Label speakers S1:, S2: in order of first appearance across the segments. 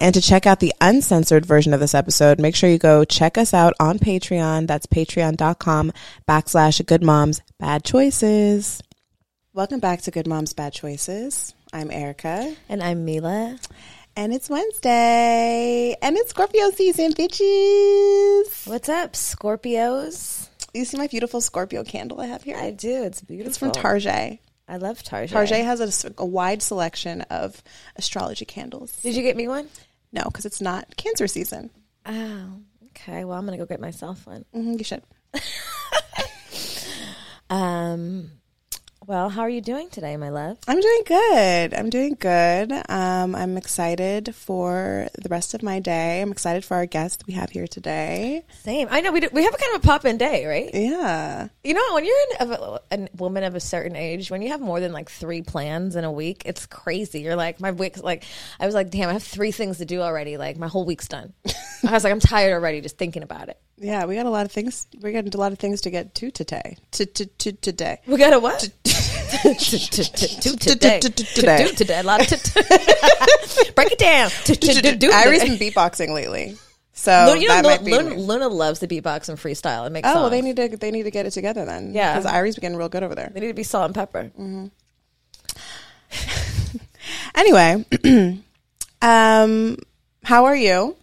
S1: And to check out the uncensored version of this episode, make sure you go check us out on Patreon. That's patreon.com backslash good moms bad choices. Welcome back to Good Moms Bad Choices. I'm Erica.
S2: And I'm Mila.
S1: And it's Wednesday. And it's Scorpio season, bitches.
S2: What's up, Scorpios?
S1: You see my beautiful Scorpio candle I have here?
S2: I do. It's beautiful.
S1: It's from Tarjay.
S2: I love Tarjay.
S1: Tarjay has a s- a, wide selection of astrology candles.
S2: Did you get me one?
S1: No, because it's not Cancer season.
S2: Oh, okay. Well, I'm gonna go get myself one.
S1: hmm you should.
S2: Um, well, how are you doing today, my love?
S1: I'm doing good. I'm doing good. Um, I'm excited for the rest of my day. I'm excited for our guest we have here today.
S2: Same. I know we do, we have a kind of a pop in day, right?
S1: Yeah.
S2: You know, when you're an, of a, a woman of a certain age, when you have more than like three plans in a week, it's crazy. You're like, my week's like, I was like, damn, I have three things to do already. Like, my whole week's done. I was like, I'm tired already just thinking about it.
S1: Yeah, we got a lot of things. We got a lot of things to get to today. To to to today.
S2: We got a what? to to today.
S1: To-
S2: To
S1: to- today.
S2: do today. A lot of to- Break it down. To- to do- do
S1: Iris
S2: today.
S1: been beatboxing lately, so
S2: Luna, you know,
S1: that
S2: Luna,
S1: might be.
S2: Luna, Luna loves to beatbox and freestyle and make
S1: oh,
S2: songs.
S1: well, they need to they need to get it together then.
S2: Yeah.
S1: because Iris been getting real good over there.
S2: they need to be salt and pepper.
S1: Anyway, um, how are you?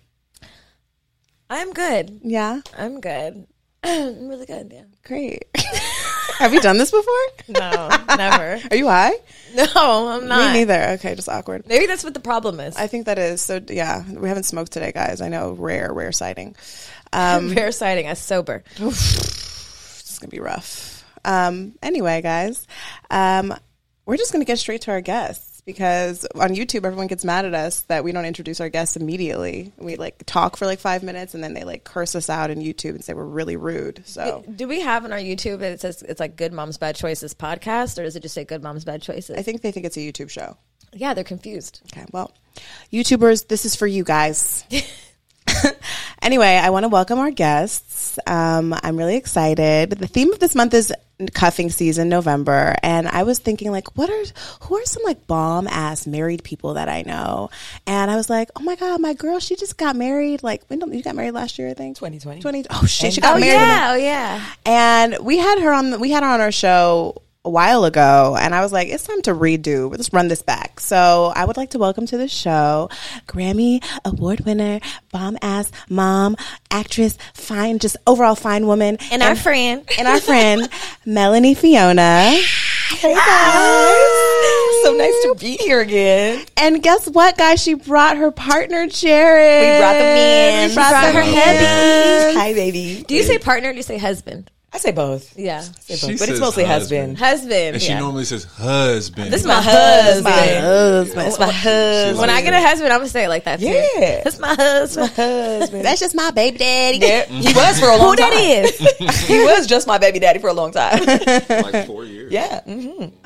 S2: I'm good.
S1: Yeah,
S2: I'm good. I'm really good. Yeah.
S1: great. Have we done this before?
S2: No, never.
S1: Are you high?
S2: No, I'm not.
S1: Me neither. Okay, just awkward.
S2: Maybe that's what the problem is.
S1: I think that is so. Yeah, we haven't smoked today, guys. I know, rare, rare sighting. Um,
S2: Fair sighting. I sober.
S1: it's gonna be rough. Um, anyway, guys, um, we're just gonna get straight to our guests because on YouTube, everyone gets mad at us that we don't introduce our guests immediately. We like talk for like five minutes and then they like curse us out in YouTube and say we're really rude. So
S2: Do we have on our YouTube that it says it's like Good Moms Bad Choices podcast, or does it just say Good Moms Bad Choices?
S1: I think they think it's a YouTube show.
S2: yeah, they're confused.
S1: Okay, well, YouTubers, this is for you guys. anyway, I want to welcome our guests. Um, I'm really excited. The theme of this month is cuffing season, November, and I was thinking like, what are who are some like bomb ass married people that I know? And I was like, oh my god, my girl, she just got married. Like, when did- you got married last year? I think
S3: 2020.
S1: Twenty. Oh shit, she got
S2: oh
S1: married. in the-
S2: yeah, oh yeah.
S1: and we had her on. We had her on our show a while ago, and I was like, "It's time to redo. Let's run this back." So I would like to welcome to the show Grammy Award winner, bomb ass mom, actress, fine, just overall fine woman,
S2: And, our friend.
S1: and our friend Melanie Fiona. Hey guys.
S3: So nice to be here again.
S1: And guess what, guys? She brought her partner, Jared.
S3: We brought the man.
S1: We brought,
S2: Brought
S1: the
S2: her
S1: man.
S3: Hi, baby.
S2: do you say partner? Or do you say husband?
S3: I say both.
S2: Yeah,
S3: I say
S4: She
S3: both. But it's
S4: says
S3: mostly
S4: husband.
S3: husband.
S2: husband.
S4: And
S2: yeah.
S4: she normally says husband.
S2: this is my
S3: husband.
S2: husband.
S3: That's my husband.
S2: When I get a husband, I'm gonna say it like that. Too.
S3: Yeah.
S2: that's my husband.
S3: husband.
S1: That's just my baby daddy.
S3: Yeah, he was for a long
S2: Who that
S3: time.
S2: is?
S3: He was just my baby daddy for a long time.
S4: like four years.
S3: yeah. Mhm.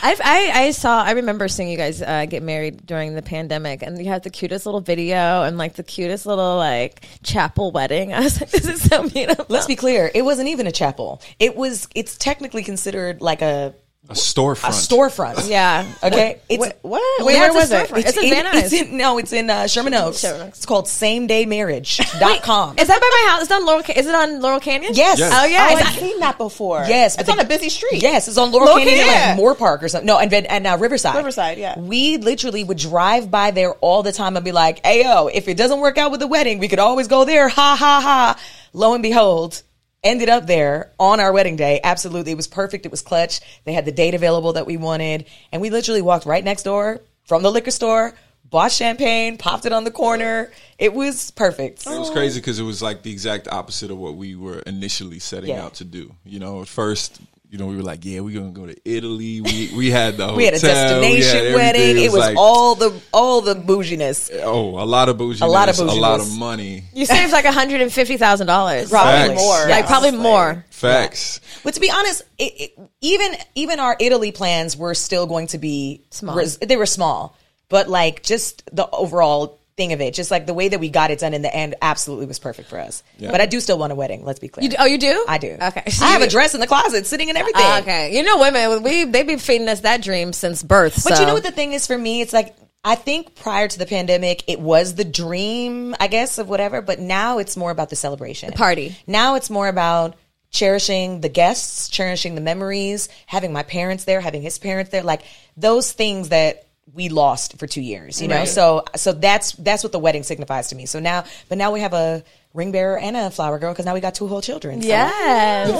S2: I've, I I saw I remember seeing you guys uh, get married during the pandemic, and you had the cutest little video and like the cutest little like chapel wedding. I was like, this is so beautiful.
S3: Let's be clear. It wasn't even a chapel. It was. It's technically considered like a
S4: A storefront.
S3: a storefront.
S2: yeah.
S3: Okay. It's
S1: Wait, what?
S3: Wait,
S1: Yeah,
S3: where
S1: it's a
S3: was it?
S2: storefront. It's in Van Nuys.
S3: it's in, no, it's in uh, Sherman Oaks.
S2: Sherman Oaks.
S3: It's called Same Day sameDayMarriage.com.
S2: Is that by my house? Is it on Laurel? Ca- Is it on Laurel Canyon?
S3: Yes.
S4: Yes.
S2: Oh yeah.
S1: Oh,
S2: Is
S1: I've
S2: that-
S1: seen that before.
S3: Yes,
S1: it's
S3: but
S1: on
S3: the-
S1: a busy street.
S3: Yes, it's on Laurel
S1: Located-
S3: Canyon,
S1: yeah.
S3: like Moore Park or something. No, and Van- and now Riverside.
S1: Riverside, yeah.
S3: We literally would drive by there all the time and be like, "Ayo, if it doesn't work out with the wedding, we could always go there." Ha ha ha! Lo and behold, ended up there on our wedding day. Absolutely, it was perfect. It was clutch. They had the date available that we wanted, and we literally walked right next door from the liquor store. Bought champagne, popped it on the corner. It was perfect.
S4: It was crazy because it was like the exact opposite of what we were initially setting
S3: Yeah.
S4: out to do. You know, at first, you know, we were like, yeah, we're going to go to Italy. We, we had the hotel.
S3: We had a destination
S4: everything.
S3: wedding. It was,
S4: like,
S3: all the all the bouginess.
S4: Oh, a lot of bougie.
S3: A lot of
S4: A lot of
S3: bouginess.
S4: money.
S2: you saved like one hundred and fifty thousand dollars. Like
S3: Probably
S4: Facts.
S3: more.
S4: Like,
S2: probably more.
S4: Facts.
S3: But to be honest, it, it, even even our Italy plans were still going to be
S2: Small.
S3: res- they were small, but like just the overall thing of it, just like the way that we got it done in the end, absolutely was perfect for us.
S4: Yeah.
S3: But I do still want a wedding. Let's be clear.
S2: You do- oh, you do?
S3: I do.
S2: Okay. Uh,
S3: I have a dress in the closet, sitting and everything.
S2: Ah, okay. You know, women we they be feeding us that dream since birth.
S3: But
S2: so.
S3: you know what the thing is for me? It's like. I think prior to the pandemic, it was the dream, I guess, of whatever, but now it's more about the celebration. The
S2: party.
S3: Now it's more about cherishing the guests, cherishing the memories, having my parents there, having his parents there, like those things that we lost for two years, you know? So so that's that's what the wedding signifies to me. So now but now we have a ring bearer and a flower girl because now we got two whole children. So
S2: Yes.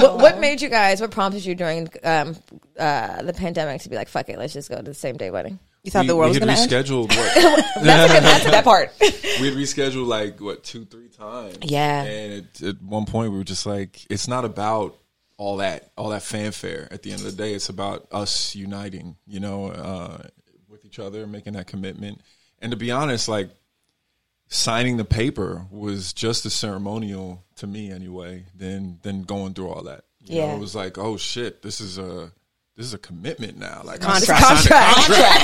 S2: What, what made you guys? What prompted you during um, uh, the pandemic to be like, "Fuck it, let's just go to the same day wedding"?
S1: You thought the world was
S4: we
S1: going
S4: had
S1: to end?
S4: rescheduled. What,
S3: that part.
S4: we had rescheduled like what two, three times.
S3: Yeah.
S4: And it, at one point, we were just like, it's not about all that, all that fanfare. At the end of the day, it's about us uniting, you know, uh, with each other, making that commitment. And to be honest, like signing the paper was just as ceremonial to me anyway than than going through all that. You
S3: Yeah.
S4: know, it was like, oh shit, this is a this is a commitment now. Like
S1: Contract.
S4: I signed a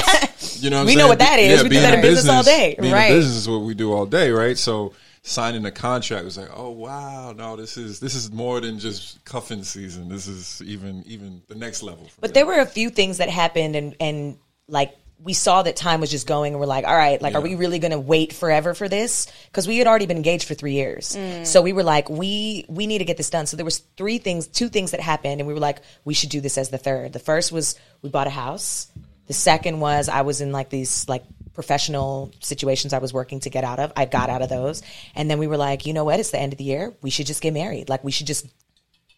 S4: contract. You know, what I'm
S3: We know
S4: saying?
S3: what that
S4: Be-
S3: is. We do
S4: being
S3: that in business all day,
S4: being
S3: right.
S4: In business is what we do all day, right? So signing a contract was like, oh wow, no, this is this is more than just cuffing season. This is even even the next level. for
S3: But
S4: me.
S3: there were a few things that happened, and and like we saw that time was just going, and we're like, all right, like, are we really going to wait forever for this? Because we had already been engaged for three years, so we were like, we we need to get this done. So there was three things, two things that happened, and we were like, we should do this as the third. The first was we bought a house. The second was I was in like these like professional situations I was working to get out of. I got out of those, and then we were like, you know what? It's the end of the year. We should just get married. Like we should just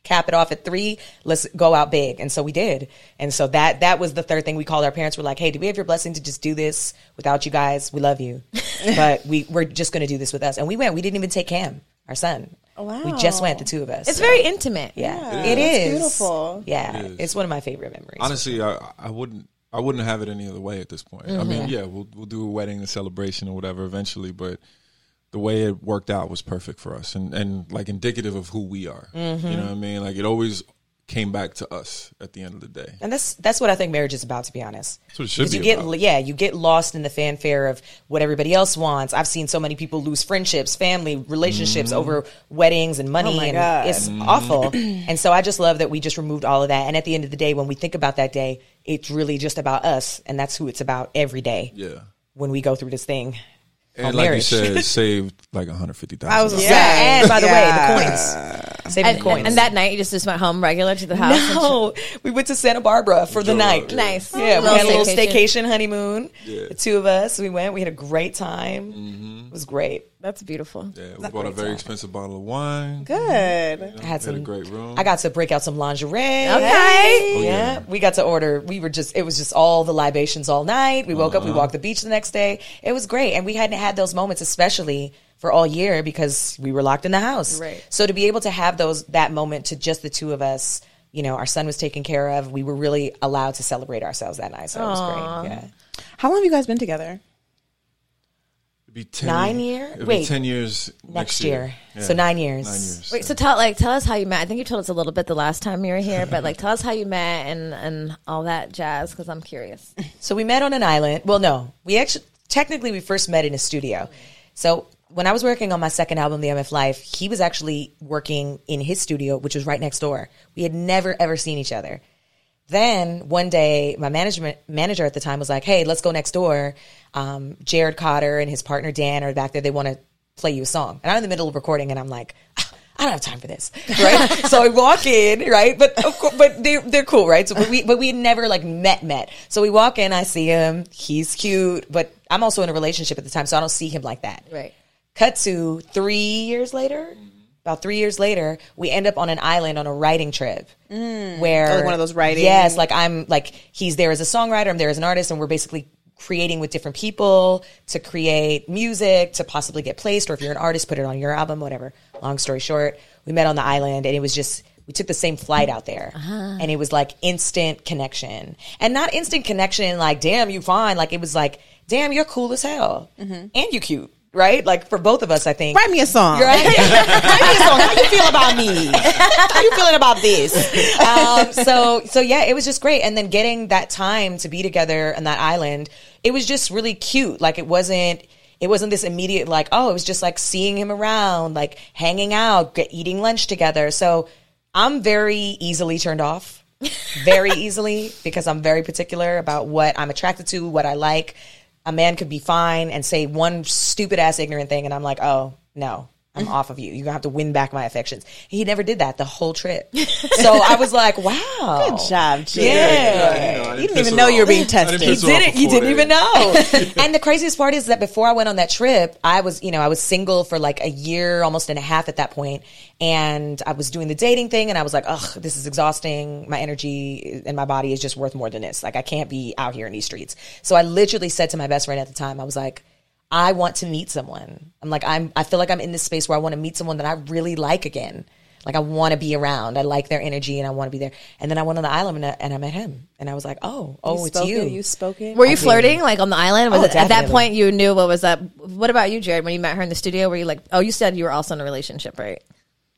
S3: cap it off at three. Let's go out big. And so we did. And so that that was the third thing we called our parents. We're like, hey, do we have your blessing to just do this without you guys? We love you, but we we're just going to do this with us. And we went. We didn't even take Cam, our son. We just went, the two of us.
S2: It's very intimate.
S3: yeah,
S4: It
S3: it
S4: is.
S3: is
S1: beautiful.
S3: Yeah,
S4: It is.
S3: it's one of my favorite memories.
S4: honestly, I, I wouldn't. I wouldn't have it any other way at this point. I
S3: Mm-hmm.
S4: mean, yeah, we'll we'll do a wedding, a celebration, or whatever eventually, but the way it worked out was perfect for us, and and like indicative of who we are.
S3: Mm-hmm.
S4: You know what I mean? Like it always came back to us at the end of the day.
S3: And that's that's what I think marriage is about, to be honest.
S4: That's what it should
S3: 'Cause you
S4: be
S3: get
S4: about.
S3: yeah, you get lost in the fanfare of what everybody else wants. I've seen so many people lose friendships, family, relationships
S4: Mm-hmm.
S3: over weddings and money,
S1: Oh my
S3: and
S1: God.
S3: it's awful. And so I just love that we just removed all of that. And at the end of the day, when we think about that day, it's really just about us, and that's who it's about every day
S4: Yeah.
S3: when we go through this thing.
S4: And
S3: called
S4: like
S3: marriage.
S4: you said, saved like one hundred fifty
S1: I was
S4: thousand.
S1: Yeah.
S3: Yeah, and by the
S1: Yeah.
S3: way, the coins, saving
S2: And,
S3: the coins.
S2: and that night, you just just went home regular to the house. and
S3: no, Oh, we went to Santa Barbara for the
S4: Drove
S3: night.
S4: out.
S2: Nice.
S3: Yeah, we had a little
S2: staycation.
S3: staycation honeymoon. The two of us, we went. We had a great time.
S4: Mm-hmm.
S3: It was great.
S2: That's beautiful.
S4: Yeah, we bought a very expensive bottle of wine.
S1: Good.
S3: I had
S4: We had
S3: some
S4: a great room.
S3: I got to break out some lingerie.
S2: Okay.
S4: Oh,
S3: Yeah. we got to order. We were just. It was just all the libations all night. We woke up. We walked the beach the next day. It was great, and we hadn't had those moments, especially for all year, because we were locked in the house.
S2: Right.
S3: So to be able to have those that moment to just the two of us. You know, our son was taken care of. We were really allowed to celebrate ourselves that night, so it was great. Yeah.
S1: How long have you guys been together?
S4: It'd be 10
S3: Nine year?
S4: It'd
S3: Wait.
S4: be ten years next,
S3: next year. So nine years.
S4: Nine years.
S2: Wait, so tell like tell us how you met. I think you told us a little bit the last time you were here, but like tell us how you met and and all that jazz because I'm curious.
S3: So we met on an island. Well, no, we actually technically we first met in a studio. So when I was working on my second album, The MF Life, he was actually working in his studio, which was right next door. We had never ever seen each other. Then one day, my management manager at the time was like, "Hey, let's go next door." Um, Jared Cotter and his partner Dan are back there. They want to play you a song, and I'm in the middle of recording, and I'm like. "Ah, I don't have time for this, right? so I walk in, right? But of course, but they they're cool, right? So but we but we had never like met met. So we walk in, I see him, he's cute, but I'm also in a relationship at the time, so I don't see him like that.
S2: Right.
S3: Cut to three years later,
S1: Mm-hmm.
S3: about three years later, we end up on an island on a writing trip where
S1: like Mm. Oh, one of those writing-
S3: Yes, like I'm like he's there as a songwriter, I'm there as an artist, and we're basically creating with different people to create music to possibly get placed, or if you're an artist, put it on your album, whatever. Long story short, we met on the island, and it was just. We took the same flight out there, and it was like instant connection, and not instant connection like "damn, you fine." Like it was like "damn, you're cool as hell, and you cute," right? Like for both of us, I think.
S1: Write me a song.
S3: You're Mm-hmm. right. Write me a song. How you feel about me? How you feeling about this? Um, so so yeah, it was just great. And then getting that time to be together on that island, it was just really cute. Like it wasn't. It wasn't this immediate like oh it was just like seeing him around like hanging out get, eating lunch together so I'm very easily turned off very easily because I'm very particular about what I'm attracted to what I like a man could be fine and say one stupid ass ignorant thing, and I'm like, oh no. I'm off of you. You're gonna have to win back my affections. He never did that the whole trip. So I was like, wow.
S1: Good job, Jay.
S3: Yeah.
S4: you know, I
S1: You didn't
S4: piss
S1: even
S4: her
S1: know
S4: off.
S1: you were being
S4: I didn't
S1: tested.
S4: piss her
S3: did
S4: off
S3: it. You
S4: before
S3: didn't
S4: that.
S3: even know. and the craziest part is that before I went on that trip, I was, you know, I was single for like a year, almost and a half at that point, and I was doing the dating thing, and I was like, ugh, this is exhausting. My energy and my body is just worth more than this. Like, I can't be out here in these streets. So I literally said to my best friend at the time, I was like. I want to meet someone. I'm like I'm I feel like I'm in this space where I want to meet someone that I really like again. Like I want to be around. I like their energy and I want to be there. And then I went on the island and I, and I met him and I was like, "Oh, oh, it's
S1: spoke
S3: you."
S1: it, you spoke it.
S2: Were you flirting like on the island? Was
S3: Oh,
S2: it, at that
S3: definitely.
S2: point you knew what was up? What about you, Jared? When you met her in the studio, were you like, oh, you said you were also in a relationship, right?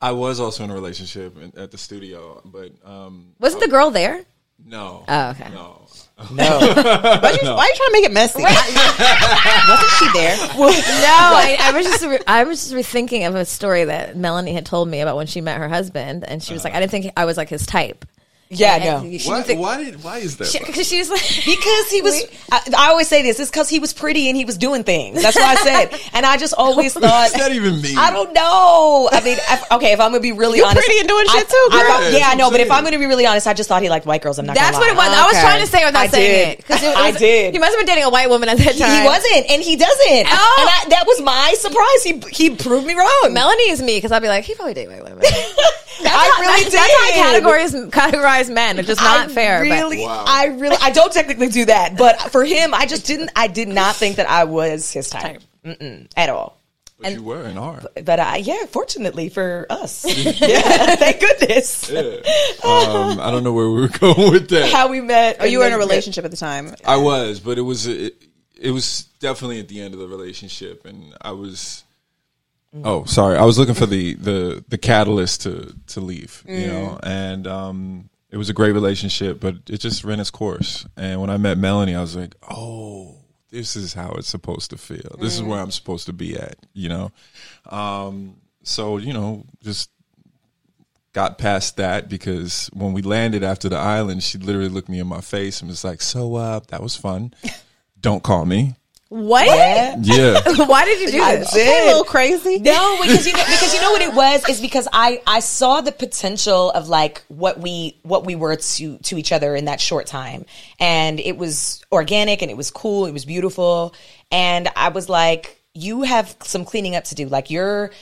S4: I was also in a relationship in- at the studio, but um,
S2: Wasn't the girl there?
S4: no.
S2: Oh, okay.
S4: No.
S1: Why you, why you trying to make it messy? Wasn't she there?
S2: No, I, I was just re- I was just rethinking of a story that Melanie had told me about when she met her husband, and she was like, I didn't think I was like his type.
S3: Yeah,
S2: And
S3: no.
S2: you- you
S4: Why,
S2: think-
S4: why, did, why is that?
S2: Because she was like,
S3: Because he was, I, I always say this, it's because he was pretty and he was doing things. That's what I said. And I just always
S4: What
S3: thought,
S4: does that even mean?
S3: I don't know. I mean, if- okay, if I'm going to be really
S1: You
S3: honest.
S1: pretty and doing
S3: I-
S1: shit too,
S3: I
S1: girl.
S3: thought-
S4: Yeah,
S3: yeah,
S4: that's
S3: I know,
S4: what
S3: but
S4: I'm
S3: if I'm
S4: saying.
S3: going to be really honest, I just thought he liked white girls. I'm not
S2: that's
S3: gonna
S2: what
S3: lie.
S2: it was. I was
S1: Okay.
S2: trying to say it without
S3: I
S2: saying
S3: did.
S2: it. Because
S3: I did.
S2: You must have been dating a white woman at that
S3: He,
S2: time.
S3: he wasn't, and he doesn't.
S2: Oh.
S3: And I, that was my surprise. He he proved me wrong.
S2: Melanie is me because I'd be like, he probably dated white women.
S3: I really
S2: that's,
S3: did.
S2: That's how I categorize, categorize men. It's just not
S3: I
S2: fair. but-
S3: Really,
S4: Wow.
S3: I really, I don't technically do that, but for him, I just didn't. I did not think that I was his type Mm-mm, at all.
S4: But you were and are.
S3: But I, yeah, fortunately for us, yeah, thank goodness.
S4: Um, I don't know where we were going with that.
S3: How we met.
S1: Or you were in a relationship at the time.
S4: I was, but it was it, it was definitely at the end of the relationship, and I was. Oh, sorry. I was looking for the the the catalyst to to leave, you know, and um, it was a great relationship, but it just ran its course. And when I met Melanie, I was like, oh, this is how it's supposed to feel. This is where I'm supposed to be at, you know. Um, so you know, just got past that because when we landed after the island, she literally looked me in my face and was like, "So, uh, that was fun. Don't call me."
S2: what?
S4: Yeah,
S2: Why did you do
S3: I
S2: this?
S1: Hey, a
S3: did.
S1: little crazy.
S3: No, because you know, because you know what it was is because I I saw the potential of like what we what we were to to each other in that short time, and it was organic and it was cool, it was beautiful, and I was like, you have some cleaning up to do, like you're.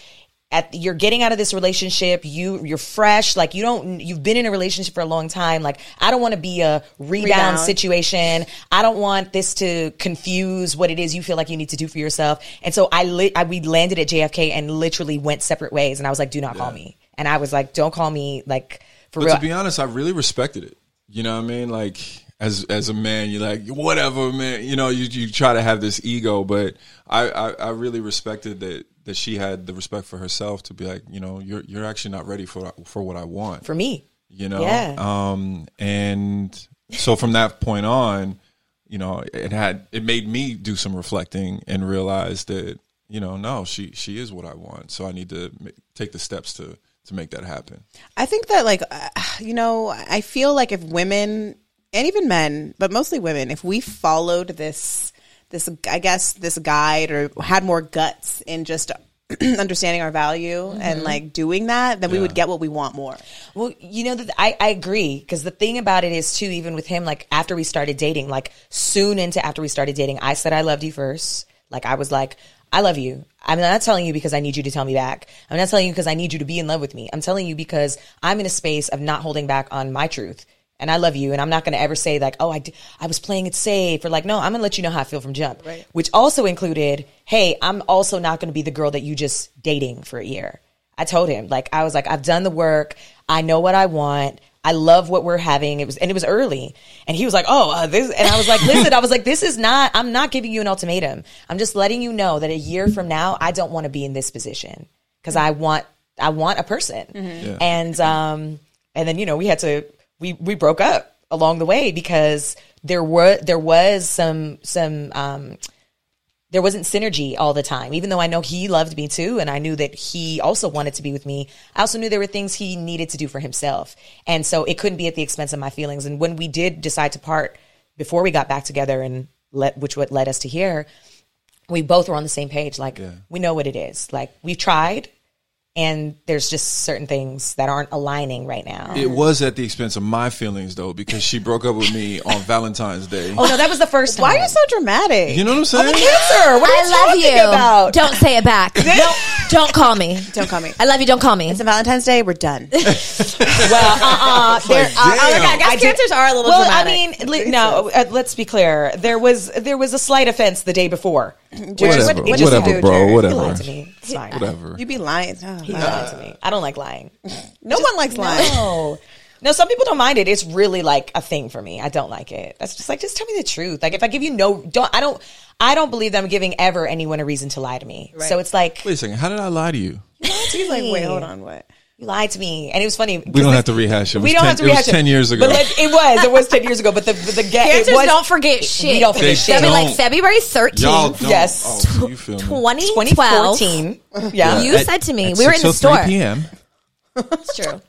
S3: At, you're getting out of this relationship. You you're fresh. Like you don't. You've been in a relationship for a long time. Like I don't want to be a rebound,
S1: Rebound.
S3: situation situation. I don't want this to confuse what it is you feel like you need to do for yourself. And so I, li- I we landed at JFK and literally went separate ways. And I was like, do not call me. And I was like, don't call me. Like for
S4: but
S3: real.
S4: to be honest, I really respected it. You know what I mean? Like as as a man, you're like whatever, man. You know, you you try to have this ego, but I I, I really respected that that she had the respect for herself to be like, you know, you're you're actually not ready for for what I want.
S3: for me,
S4: you know
S3: Yeah.
S4: um and so from that point on you know it had it made me do some reflecting and realize that you know no she she is what i want so i need to ma- take the steps to to make that happen
S1: I think that, like, uh, you know, I feel like if women and even men, but mostly women, if we followed this, this, I guess, this guide or had more guts in just understanding our value and like doing that, then we would get what we want more.
S3: Well, you know that I, I agree because the thing about it is too, even with him, like after we started dating, like soon into after we started dating, I said I loved you first. Like I was like, I love you. I'm not telling you because I need you to tell me back. I'm not telling you because I need you to be in love with me. I'm telling you because I'm in a space of not holding back on my truth. And I love you, and I'm not going to ever say like, "Oh, I, d- I was playing it safe," or like, "No, I'm going to let you know how I feel from jump," right. which also included, "Hey, I'm also not going to be the girl that you just dating for a year." I told him, like, I was like, I've done the work. I know what I want. I love what we're having. It was, and it was early. And he was like, oh, uh, this, and I was like, listen, I was like, this is not, I'm not giving you an ultimatum. I'm just letting you know that a year from now, I don't want to be in this position because I want, I want a person. And, um, and then, you know, we had to, we, we broke up along the way because there were, there was some, some, um, there wasn't synergy all the time. Even though I know he loved me too, and I knew that he also wanted to be with me, I also knew there were things he needed to do for himself. And so it couldn't be at the expense of my feelings. And when we did decide to part before we got back together and let, which what led us to here, we both were on the same page. Like we know what it is. Like we've tried, and there's just certain things that aren't aligning right now.
S4: It was at the expense of my feelings though, because she broke up with me on Valentine's Day.
S3: Oh no, that was the first time.
S1: Why are you so dramatic?
S4: You know what I'm saying?
S1: Uh,
S3: cancer? What are you
S2: I love
S3: talking
S2: you.
S3: about?
S2: Don't say it back. don't, don't call me.
S1: don't call me.
S2: I love you. Don't call me.
S1: It's a Valentine's Day. We're done.
S3: Well, uh-uh. There-
S4: Like, damn.
S3: I did- well, I mean, li- no. Uh, let's be clear. There was there was a slight offense the day before.
S4: Whatever,
S1: what did you
S4: whatever,
S1: do,
S4: bro,
S1: Jerry?
S3: He
S4: whatever,
S3: lied to me. It's fine.
S4: whatever.
S1: You'd be lying. Oh,
S3: He
S1: God.
S3: lied to me. I don't like lying.
S1: no one likes lying.
S3: No. No, some people don't mind it. It's really like a thing for me. I don't like it. That's just like just tell me the truth. Like if I give you no don't I don't I don't believe that I'm giving ever anyone a reason to lie to me. So it's like
S4: Wait a second, how did I lie to you?
S1: She's like, wait, hold on, what?
S3: You lied to me, and it was funny.
S4: We don't have to rehash it. It was
S3: we don't
S4: 10
S3: have to
S4: it was
S3: rehash
S4: 10 years ago.
S3: But let- it was. It was ten years ago. But the the, the ga- it
S2: Cancers
S3: was
S2: don't forget shit.
S3: We don't forget
S4: They
S3: shit.
S2: That'd be like
S4: Don't.
S2: February 13th,
S4: Y'all don't.
S3: Yes.
S4: Oh, so you feel me. Uh,
S2: 2012.
S3: 2014. Yeah.
S2: You said to me, we were in the
S4: 6:03
S2: store.
S4: PM.
S2: It's true.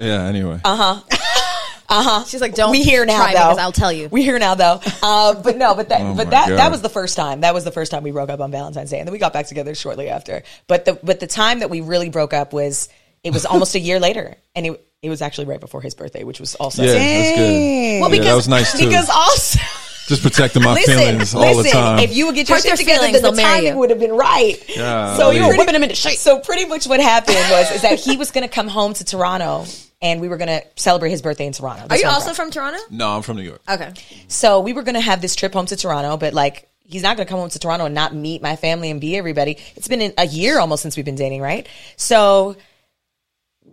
S4: Yeah. Anyway.
S3: Uh-huh.
S2: She's like, don't
S3: we here now
S2: try
S3: though.
S2: because I'll tell you.
S3: We here now though. Uh, but no, but that
S4: Oh
S3: but
S4: my
S3: that
S4: God.
S3: that was the first time. That was the first time we broke up on Valentine's Day, and then we got back together shortly after. But the but the time that we really broke up was it was almost a year later, and it it was actually right before his birthday, which was also
S4: yeah, that's good. yeah,
S3: well because
S4: that was nice too.
S3: because also.
S4: Just protecting my
S3: Listen,
S4: feelings all the
S3: listen,
S4: time.
S3: If you would get your
S2: Hurt
S3: shit
S2: their
S3: together,
S2: feelings,
S3: then
S2: they'll
S3: the
S2: marry
S3: timing
S2: you.
S3: would have been right.
S4: Yeah, Oh,
S3: so you
S4: yeah.
S3: were
S4: Whipping
S3: into shape. So pretty much what happened was is that he was going to come home to Toronto, and we were going to celebrate his birthday in Toronto.
S2: Are you also from Toronto?
S4: no, I'm from New York.
S2: Okay.
S3: So we were going to have this trip home to Toronto, but like he's not going to come home to Toronto and not meet my family and be everybody. It's been an- a year almost since we've been dating, right? So,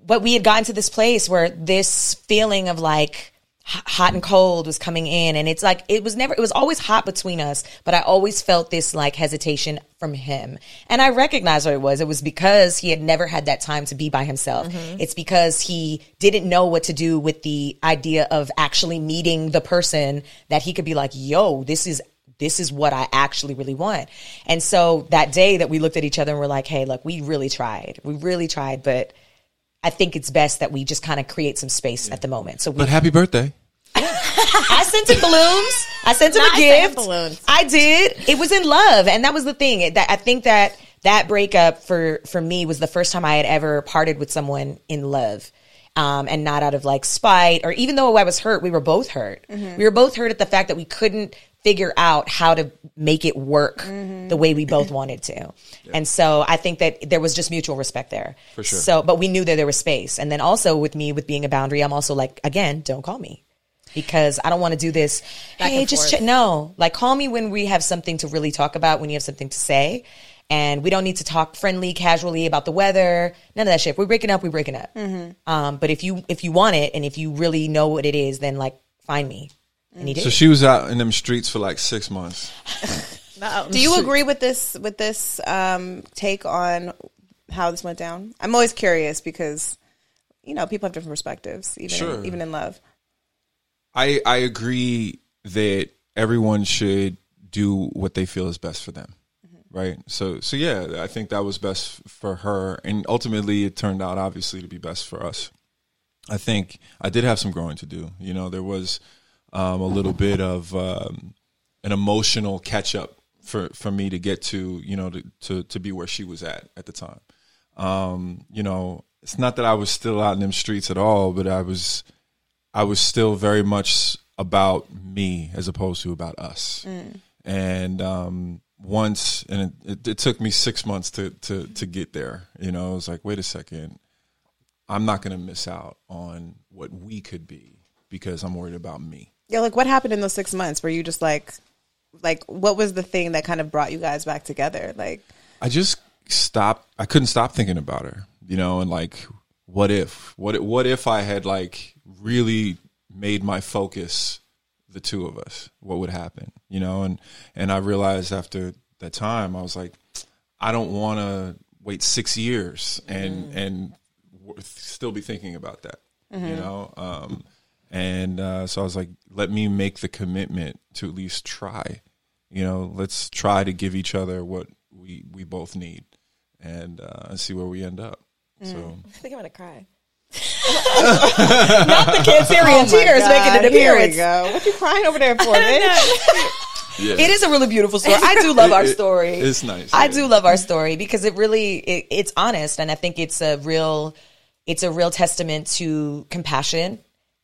S3: but we had gotten to this place where this feeling of like h- hot and cold was coming in, and it's like it was never, it was always hot between us, but I always felt this like hesitation from him, and I recognized what it was. It was because he had never had that time to be by himself. It's because he didn't know what to do with the idea of actually meeting the person that he could be like, "Yo, this is." this is what I actually really want. And so that day that we looked at each other and we're like, hey, look, we really tried. We really tried, but I think it's best that we just kind of create some space at the moment. So we,
S4: But happy birthday.
S3: I sent him balloons. I sent him
S2: No,
S3: a
S2: I sent him
S3: gift.
S2: balloons.
S3: I did. It was in love, and that was the thing. It- That I think that that breakup for for me was the first time I had ever parted with someone in love. Um, and not out of like spite or even though I was hurt, we were both hurt.
S2: Mm-hmm.
S3: We were both hurt at the fact that we couldn't figure out how to make it work
S2: Mm-hmm.
S3: the way we both wanted to. And so I think that there was just mutual respect there. For
S4: sure.
S3: So, but we knew that there was space. And then also with me, with being a boundary, I'm also like, again, don't call me because I don't want to do this. hey,
S2: and
S3: just
S2: forth.
S3: che- no. Like, call me when we have something to really talk about. When you have something to say, and we don't need to talk friendly, casually about the weather. None of that shit. If we're breaking up. We're breaking up.
S2: Mm-hmm.
S3: Um, but if you if you want it, and if you really know what it is, then like find me. And he did.
S4: So she was out in them streets for like six months.
S1: Do you agree with this with this um, take on how this went down? I'm always curious because you know people have different perspectives, even
S4: Sure.
S1: even in love.
S4: I I agree that everyone should do what they feel is best for them. Right. So so yeah, I think that was best f- for her and ultimately it turned out obviously to be best for us. I think I did have some growing to do. You know, there was um, a little bit of um, an emotional catch up for, for me to get to, you know, to, to, to be where she was at at the time. Um, you know, it's not that I was still out in them streets at all, but I was, I was still very much about me as opposed to about us. And um, once, and it, it, it took me six months to, to, to get there, you know, I was like, wait a second. I'm not going to miss out on what we could be because I'm worried about me.
S1: Yeah, like what happened in those six months? Were you just like, like what was the thing that kind of brought you guys back together? Like,
S4: I just stopped. I couldn't stop thinking about her, you know, and like, what if? What if- what if I had like really made my focus the two of us? What would happen, you know? And and I realized after that time, I was like, I don't want to wait six years and and w- still be thinking about that, you know. Um, and uh, so I was like, let me make the commitment to at least try. You know, let's try to give each other what we we both need, and uh, and see where we end up. So
S2: I think I'm going to cry.
S3: Not the Cancerian tears
S1: God,
S3: making an
S4: Oh
S1: here we
S3: appearance.
S1: go. What you crying over there for, bitch?
S4: Yeah.
S3: It is a really beautiful story. I do love
S4: It-
S3: our
S4: it-
S3: story.
S4: it's nice,
S3: I
S4: yeah.
S3: do love our story because it really it, it's honest, and I think it's a real it's a real testament to compassion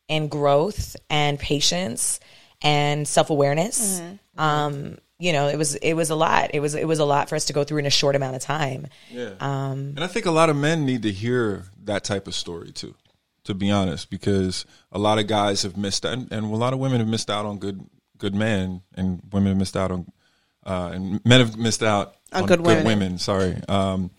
S3: and growth and patience and self awareness. Um, you know, it was it was a lot. It was it was a lot for us to go through in a short amount of time.
S4: Yeah. Um, and I think a lot of men need to hear that type of story too, to be honest, because a lot of guys have missed and, and a lot of women have missed out on good good men, and women have missed out on, uh, and men have missed out
S1: On good women.
S4: Sorry, um,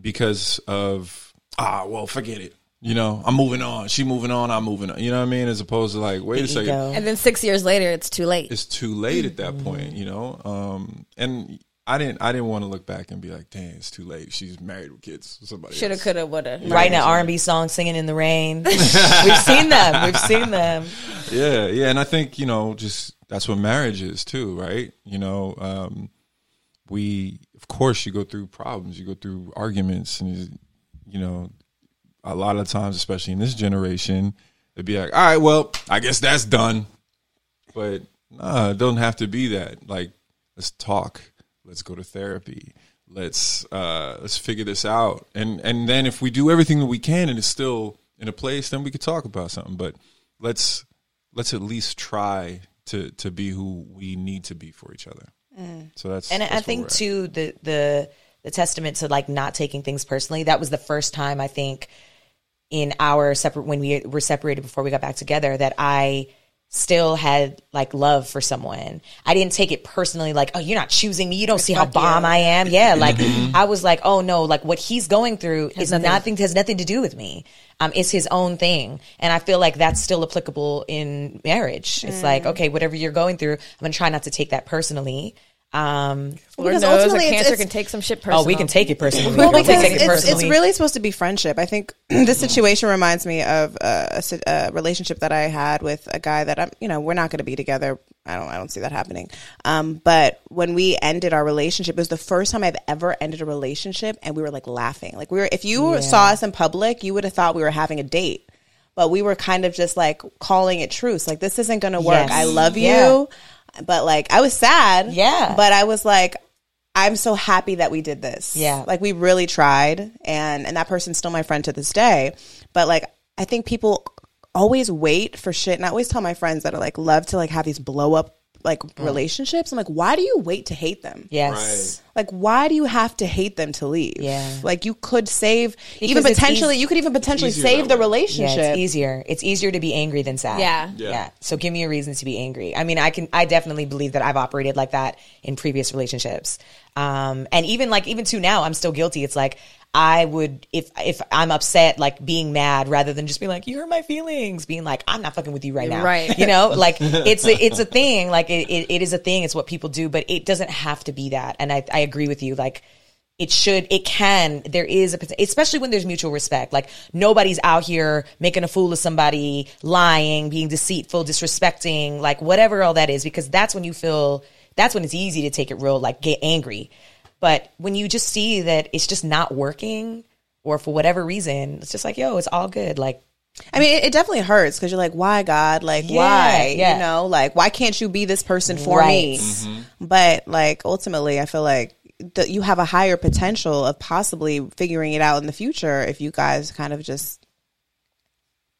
S4: because of ah, well, forget it. You know, I'm moving on. She moving on. I'm moving on. You know what I mean? As opposed to like, wait a second
S3: Ego.
S2: And then six years later, it's too late.
S4: it's too late at
S1: Mm-hmm.
S4: that point, you know. Um, and I didn't, I didn't want to look back and be like, "Dang, it's too late. She's married with kids." Somebody
S2: Shoulda,
S4: else."
S2: coulda, woulda.
S3: Writing an R and B song, singing in the rain. We've seen them. We've seen them.
S4: Yeah, yeah. And I think you know, just that's what marriage is too, right? You know, um, we of course you go through problems, you go through arguments, and you- you know, a lot of times, especially in this generation, it'd be like, "All right, well, I guess that's done." But nah, it doesn't have to be that. Like, let's talk. Let's go to therapy. Let's uh, let's figure this out. And and then if we do everything that we can and it's still in a place, then we could talk about something. But let's let's at least try to to be who we need to be for each other. So that's
S3: Mm. and I-
S4: that's where
S3: I
S4: we're
S3: think
S4: at.
S3: too the the the testament to like not taking things personally. That was the first time I think in our separate when we were separated before we got back together that I still had like love for someone. I didn't take it personally like, oh, you're not choosing me. You don't see how bomb I am. Yeah, like I was like, oh no, like what he's going through is nothing has nothing to do with me. Um it's his own thing. And I feel like that's still applicable in marriage.
S1: Mm.
S3: It's like, okay, whatever you're going through, I'm going to try not to take that personally. Um
S2: Lord
S1: Because
S2: knows a
S1: ultimately it's-
S2: cancer
S1: it's-
S2: can take some shit personal.
S3: oh, we can take it personally.
S1: Well,
S3: Girl, we
S1: because
S3: take it
S1: it's, it's
S3: personally.
S1: really supposed to be friendship. I think this situation reminds me of uh, a, a si- a relationship that I had with a guy that I'm, you know, we're not going to be together. I don't, I don't see that happening. Um, but when we ended our relationship, it was the first time I've ever ended a relationship, and we were like laughing. Like we were, if you saw us in public, you would have thought we were having a date. But we were kind of just like calling it truce. Like this isn't going to work.
S3: Yes.
S1: I love you,
S3: Yeah.
S1: but like I was sad.
S3: Yeah.
S1: but I was like. I'm so happy that we did this.
S3: Yeah.
S1: Like we really tried and and that person's still my friend to this day. But like I think people always wait for shit and I always tell my friends that are like love to like have these blow up like
S3: Mm.
S1: relationships. I'm like, why do you wait to hate them?
S3: yes.
S1: Like why do you have to hate them to leave?
S3: Yeah.
S1: Like you could save even
S3: Because it's
S1: potentially
S3: eas-
S1: you could even potentially
S4: easier
S1: save
S4: that
S1: the
S4: way.
S1: relationship.
S3: Yeah, it's easier. It's easier to be angry than sad.
S2: Yeah.
S4: Yeah.
S3: yeah. So give me a reason to be angry. I mean, I can. I definitely believe that I've operated like that in previous relationships, um, and even like even to now, I'm still guilty. It's like I would if if I'm upset, like being mad rather than just being like you hurt my feelings, being like I'm not fucking with you right now.
S2: Right.
S3: You know, like it's a, it's a thing. Like it, it, it is a thing. It's what people do, but it doesn't have to be that. And I I agree with you. Like it should it can there is a pot- especially when there's mutual respect like nobody's out here making a fool of somebody lying being deceitful disrespecting like whatever all that is because that's when you feel that's when it's easy to take it real like get angry but when you just see that it's just not working or for whatever reason it's just like yo it's all good like
S1: I mean, it, it definitely hurts because you're like, why, God? Like,
S3: Yeah,
S1: why?
S3: yeah.
S1: You know, like, why can't you be this person for me?
S3: Right.
S4: Mm-hmm.
S1: But, like, ultimately, I feel like that you have a higher potential of possibly figuring it out in the future if you guys kind of just,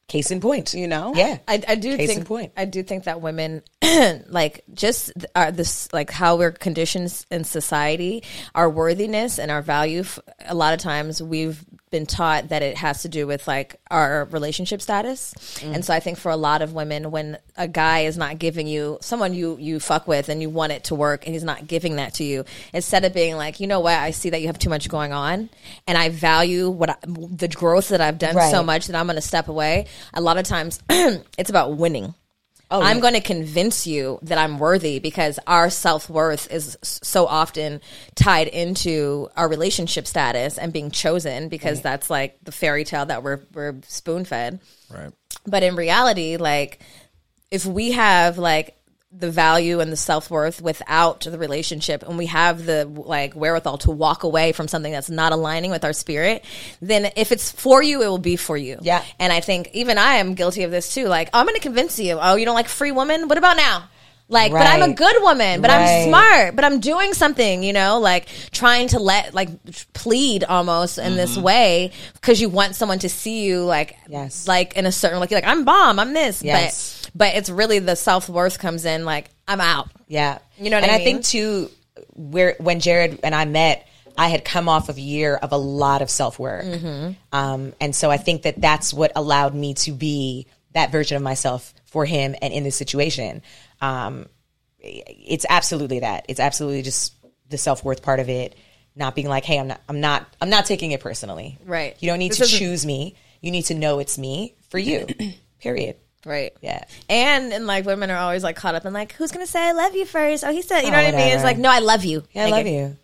S3: case in point
S1: you know?
S3: yeah
S2: I, I do
S3: Case in
S2: think
S3: point.
S2: I do think that women like just th- are this like how we're conditioned in society, our worthiness and our value. f- A lot of times we've been taught that it has to do with like our relationship status, and so I think for a lot of women, when a guy is not giving you someone you you fuck with and you want it to work, and he's not giving that to you, instead of being like, you know what, I see that you have too much going on, and I value what I, the growth that I've done so
S3: Right.
S2: much that I'm going to step away. A lot of times it's about winning. I'm going to convince you that I'm worthy because our self worth is s- so often tied into our relationship status and being chosen because that's like the fairy tale that we're, we're spoon fed.
S4: right.
S2: But in reality, like if we have like the value and the self worth without the relationship, and we have the like wherewithal to walk away from something that's not aligning with our spirit, then if it's for you, it will be for you.
S3: Yeah.
S2: Oh, And I think even I am guilty of this too. Like, I'm going to convince you. Oh, you don't like free woman? What about now? Like, but I'm a
S3: Right.
S2: good woman, but
S3: Right.
S2: I'm smart, but I'm doing something, you know, like trying to let, like, plead almost in this way because you want someone to see you, like,
S3: Yes.
S2: like in a certain, like, you're like I'm bomb, I'm this,
S3: Yes.
S2: but, but it's really the self worth comes in, like, I'm out.
S3: Yeah.
S2: You know what
S3: and
S2: I
S3: I think
S2: mean?
S3: too where when Jared and I met, I had come off of a year of a lot of self-work.
S2: Mm-hmm.
S3: Um, and so I think that that's what allowed me to be that version of myself for him and in this situation. Um, it's absolutely that. It's absolutely just the self-worth part of it. Not being like, hey, I'm not, I'm not, I'm not taking it personally.
S2: Right.
S3: You don't need
S2: This
S3: to
S2: isn't-
S3: choose me. You need to know it's me for you. Period.
S2: Right.
S3: Yeah.
S2: And and like women are always like caught up in like who's gonna say I love you first? Oh, he said, you know
S3: Oh,
S2: what I mean? It's
S3: whatever.
S2: like no, I love you.
S3: Yeah, I
S2: Like,
S3: love you.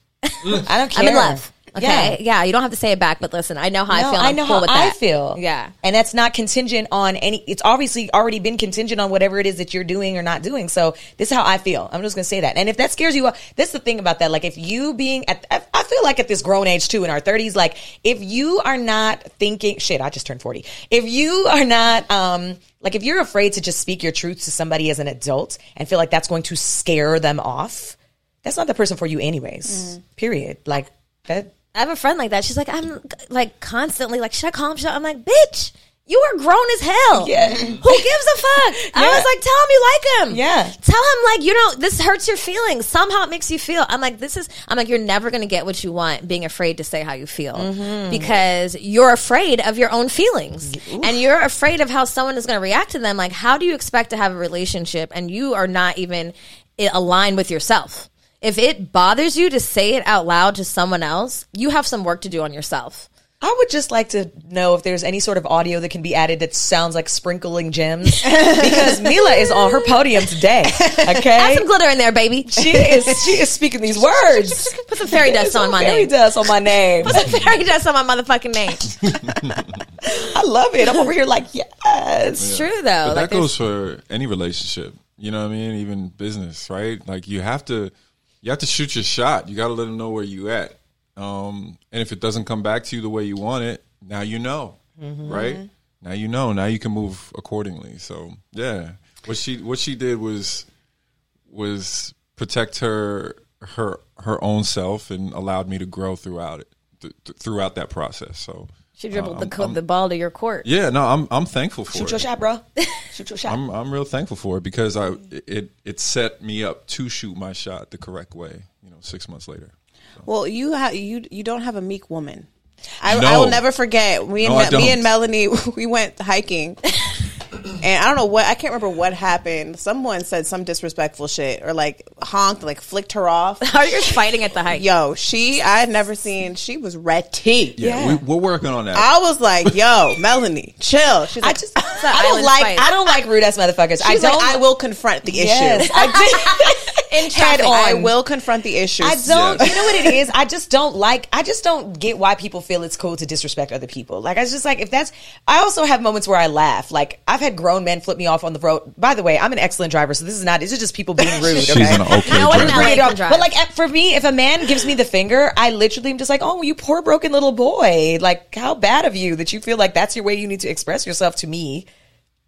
S3: I don't care.
S2: I'm in love.
S3: Yeah.
S2: Okay, yeah. you don't have to say it back, but listen, I know how I
S3: No,
S2: feel. and
S3: I
S2: I'm
S3: know
S2: cool
S3: how
S2: with
S3: I
S2: that.
S3: feel.
S2: Yeah.
S3: And that's not contingent on any, it's obviously already been contingent on whatever it is that you're doing or not doing. So this is how I feel. I'm just going to say that. And if that scares you, uh, that's the thing about that. Like if you being at, I I feel like at this grown age too, in our thirties, like if you are not thinking, shit, I just turned 40. If you are not, um, like if you're afraid to just speak your truth to somebody as an adult and feel like that's going to scare them off, that's not the person for you
S2: Mm.
S3: anyways, period. Like that.
S2: I have a friend like that. She's like, I'm like constantly like, should I call him? Should I? I'm like, bitch, you are grown as hell.
S3: Yeah.
S2: Who gives a fuck? I
S3: Yeah.
S2: was like, tell him you like him.
S3: Yeah.
S2: Tell him like, you know, this hurts your feelings. Somehow it makes you feel. I'm like, this is. I'm like, you're never gonna get what you want being afraid to say how you feel because you're afraid of your own feelings and you're afraid of how someone is gonna react to them. Like, how do you expect to have a relationship and you are not even i- aligned with yourself? if it bothers you to say it out loud to someone else, you have some work to do on yourself.
S3: I would just like to know if there's any sort of audio that can be added that sounds like sprinkling gems because Mila is on her podium today.
S2: Add
S3: Okay.
S2: some glitter in there, baby.
S3: She is she is speaking these words.
S2: Put some fairy dust on my
S3: Fairy
S2: name.
S3: dust on my name.
S2: Fairy dust on my motherfucking name. It's
S3: I love it. I'm over here like yes.
S2: true though.
S4: But
S2: Like there's-
S4: that goes for any relationship. You know what I mean? Even business, right? Like you have to, you have to shoot your shot. You got to let them know where you at. Um, and if it doesn't come back to you the way you want it, now you know,
S2: Mm-hmm.
S4: right? Now you know. Now you can move accordingly. So yeah, what she what she did was was protect her her her own self and allowed me to grow throughout it th- th- throughout that process. So
S2: she dribbled the, co- the ball to your court.
S4: Uh, yeah, no, I'm I'm thankful for
S3: Shoot
S4: it.
S3: your shot, bro. Shoot your shot.
S4: I'm I'm real thankful for it because I it it set me up to shoot my shot the correct way. You know, six months later.
S1: Well, you ha- you you don't have a meek woman. I, I
S4: No.
S1: will never forget. We and
S4: No, I
S1: Me
S4: don't.
S1: and Melanie we went hiking, and I don't know what I can't remember what happened. Someone said some disrespectful shit or like honked, like flicked her off.
S2: How you're fighting at the height.
S1: Yo, she I had never seen. She was ratty.
S4: Yeah, We, we're working on that.
S1: I was like, yo, Melanie, chill. She's
S3: I
S1: like,
S3: just
S2: an
S3: I don't
S2: island
S3: like
S2: fight.
S3: I don't like rude ass motherfuckers. I
S1: she's
S3: don't
S1: like, I will confront the
S3: Yes,
S1: issue.
S3: I did.
S2: In
S3: Head
S2: traffic.
S3: on.
S1: I will confront the issue.
S3: I don't.
S4: Yes.
S3: You know what it is? I just don't like. I just don't get why people feel it's cool to disrespect other people. Like I was just like, if that's. I also have moments where I laugh. Like I've had grown men flip me off on the road. By the way, I'm an excellent driver, so this is not. This is just people being rude.
S4: She's
S3: okay?
S4: an okay
S2: I wouldn't LA
S4: driver.
S3: Bring it
S2: can
S3: up.
S2: drive.
S3: But like at- for me, if a man gives me the finger, I literally am just like, oh, you poor broken little boy. Like how bad of you that you feel like that's your way you need to express yourself to me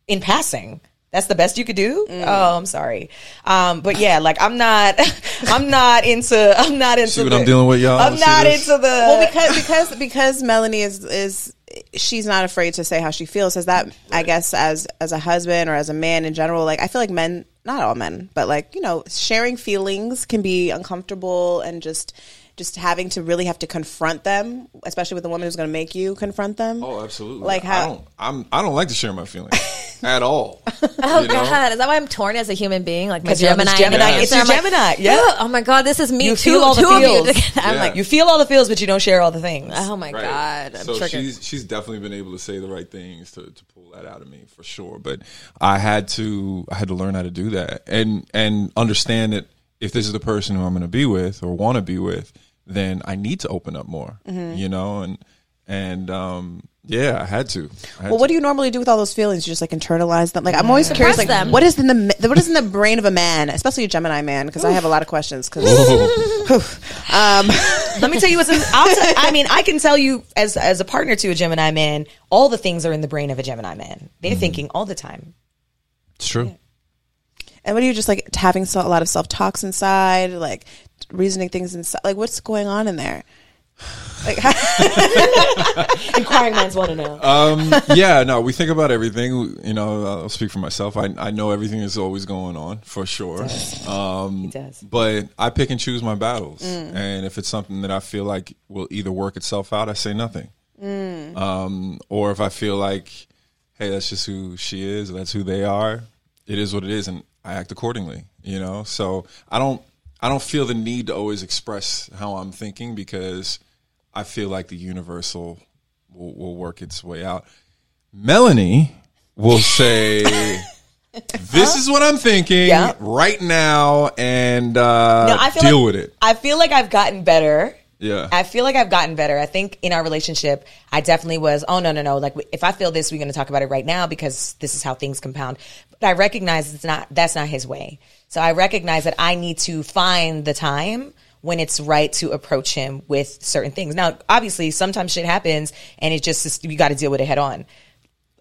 S3: in passing. That's the best you could do. Oh, I'm sorry, um, but yeah, like I'm not, I'm not into, I'm not into.
S4: See what
S3: the-
S4: I'm dealing with, y'all?
S3: I'm
S4: See
S3: not
S4: this?
S3: into the.
S1: well because because because Melanie is is she's not afraid to say how she feels. Is that I guess as as a husband or as a man in general, like I feel like men, not all men, but like you know, sharing feelings can be uncomfortable and just just having to really have to confront them, especially with the woman who's going to make you confront them.
S4: Oh, absolutely.
S1: Like
S4: I
S1: how
S4: don't, I'm I don't like to share my feelings at all.
S2: Oh
S4: you know?
S2: god, is that why I'm torn as a human being? Like my
S3: 'Cause you're on this
S2: Gemini,
S3: Gemini-
S2: and
S3: it's
S2: Cancer,
S3: your
S2: I'm like,
S3: Gemini, yeah.
S2: ugh, Oh my god, this is me.
S3: you
S2: two
S3: feel all the
S2: two of you
S3: feels.
S2: together. I'm
S4: Yeah.
S2: like,
S3: you feel all the feels, but you don't share all the things.
S2: oh my
S4: Right.
S2: god, I'm
S4: so
S2: triggered.
S4: she's she's definitely been able to say the right things to, to pull that out of me for sure. But I had to I had to learn how to do that and and understand that if this is the person who I'm going to be with or want to be with, then I need to open up more.
S2: Mm-hmm.
S4: You know, and and um, yeah, I had to. I had
S1: Well, what do you normally do with all those feelings? You just like internalize them. Like I'm always curious, like
S2: Suppress them.
S1: what is in the ma- what is in the brain of a man, especially a Gemini man, because I have a lot of questions. Because
S4: to.
S3: Let me tell you what's. In, I'll t- I mean, I can tell you as as a partner to a Gemini man, all
S4: Mm-hmm.
S3: the things are in the brain of a Gemini man. They're thinking all the time.
S4: it's true.
S1: And what are you just like having so, a lot of self talks inside, like reasoning things inside? Like, what's going on in there? Like,
S3: Inquiring minds want to know.
S4: Um, yeah, no, we think about everything. You know, I'll speak for myself. I, I know everything is always going on for sure. Um,
S3: does. Mm.
S4: But I pick and choose my battles. And if it's something that I feel like will either work itself out, I say nothing. Um, or if I feel like, hey, that's just who she is, that's who they are, it is what it is. And I act accordingly, you know? So I don't, I don't feel the need to always express how I'm thinking because I feel like the universal will, will work its way out. Melanie will say, "This is what I'm thinking
S3: Yeah.
S4: right now, and uh,
S3: No, I feel
S4: deal
S3: like-
S4: with it."
S3: I feel like I've gotten better.
S4: Yeah.
S3: I feel like I've gotten better. I think in our relationship, I definitely was, oh, no, no, no. Like, if I feel this, we're going to talk about it right now because this is how things compound. But I recognize it's not, that's not his way. So I recognize that I need to find the time when it's right to approach him with certain things. Now, obviously, sometimes shit happens and it just, you got to deal with it head on.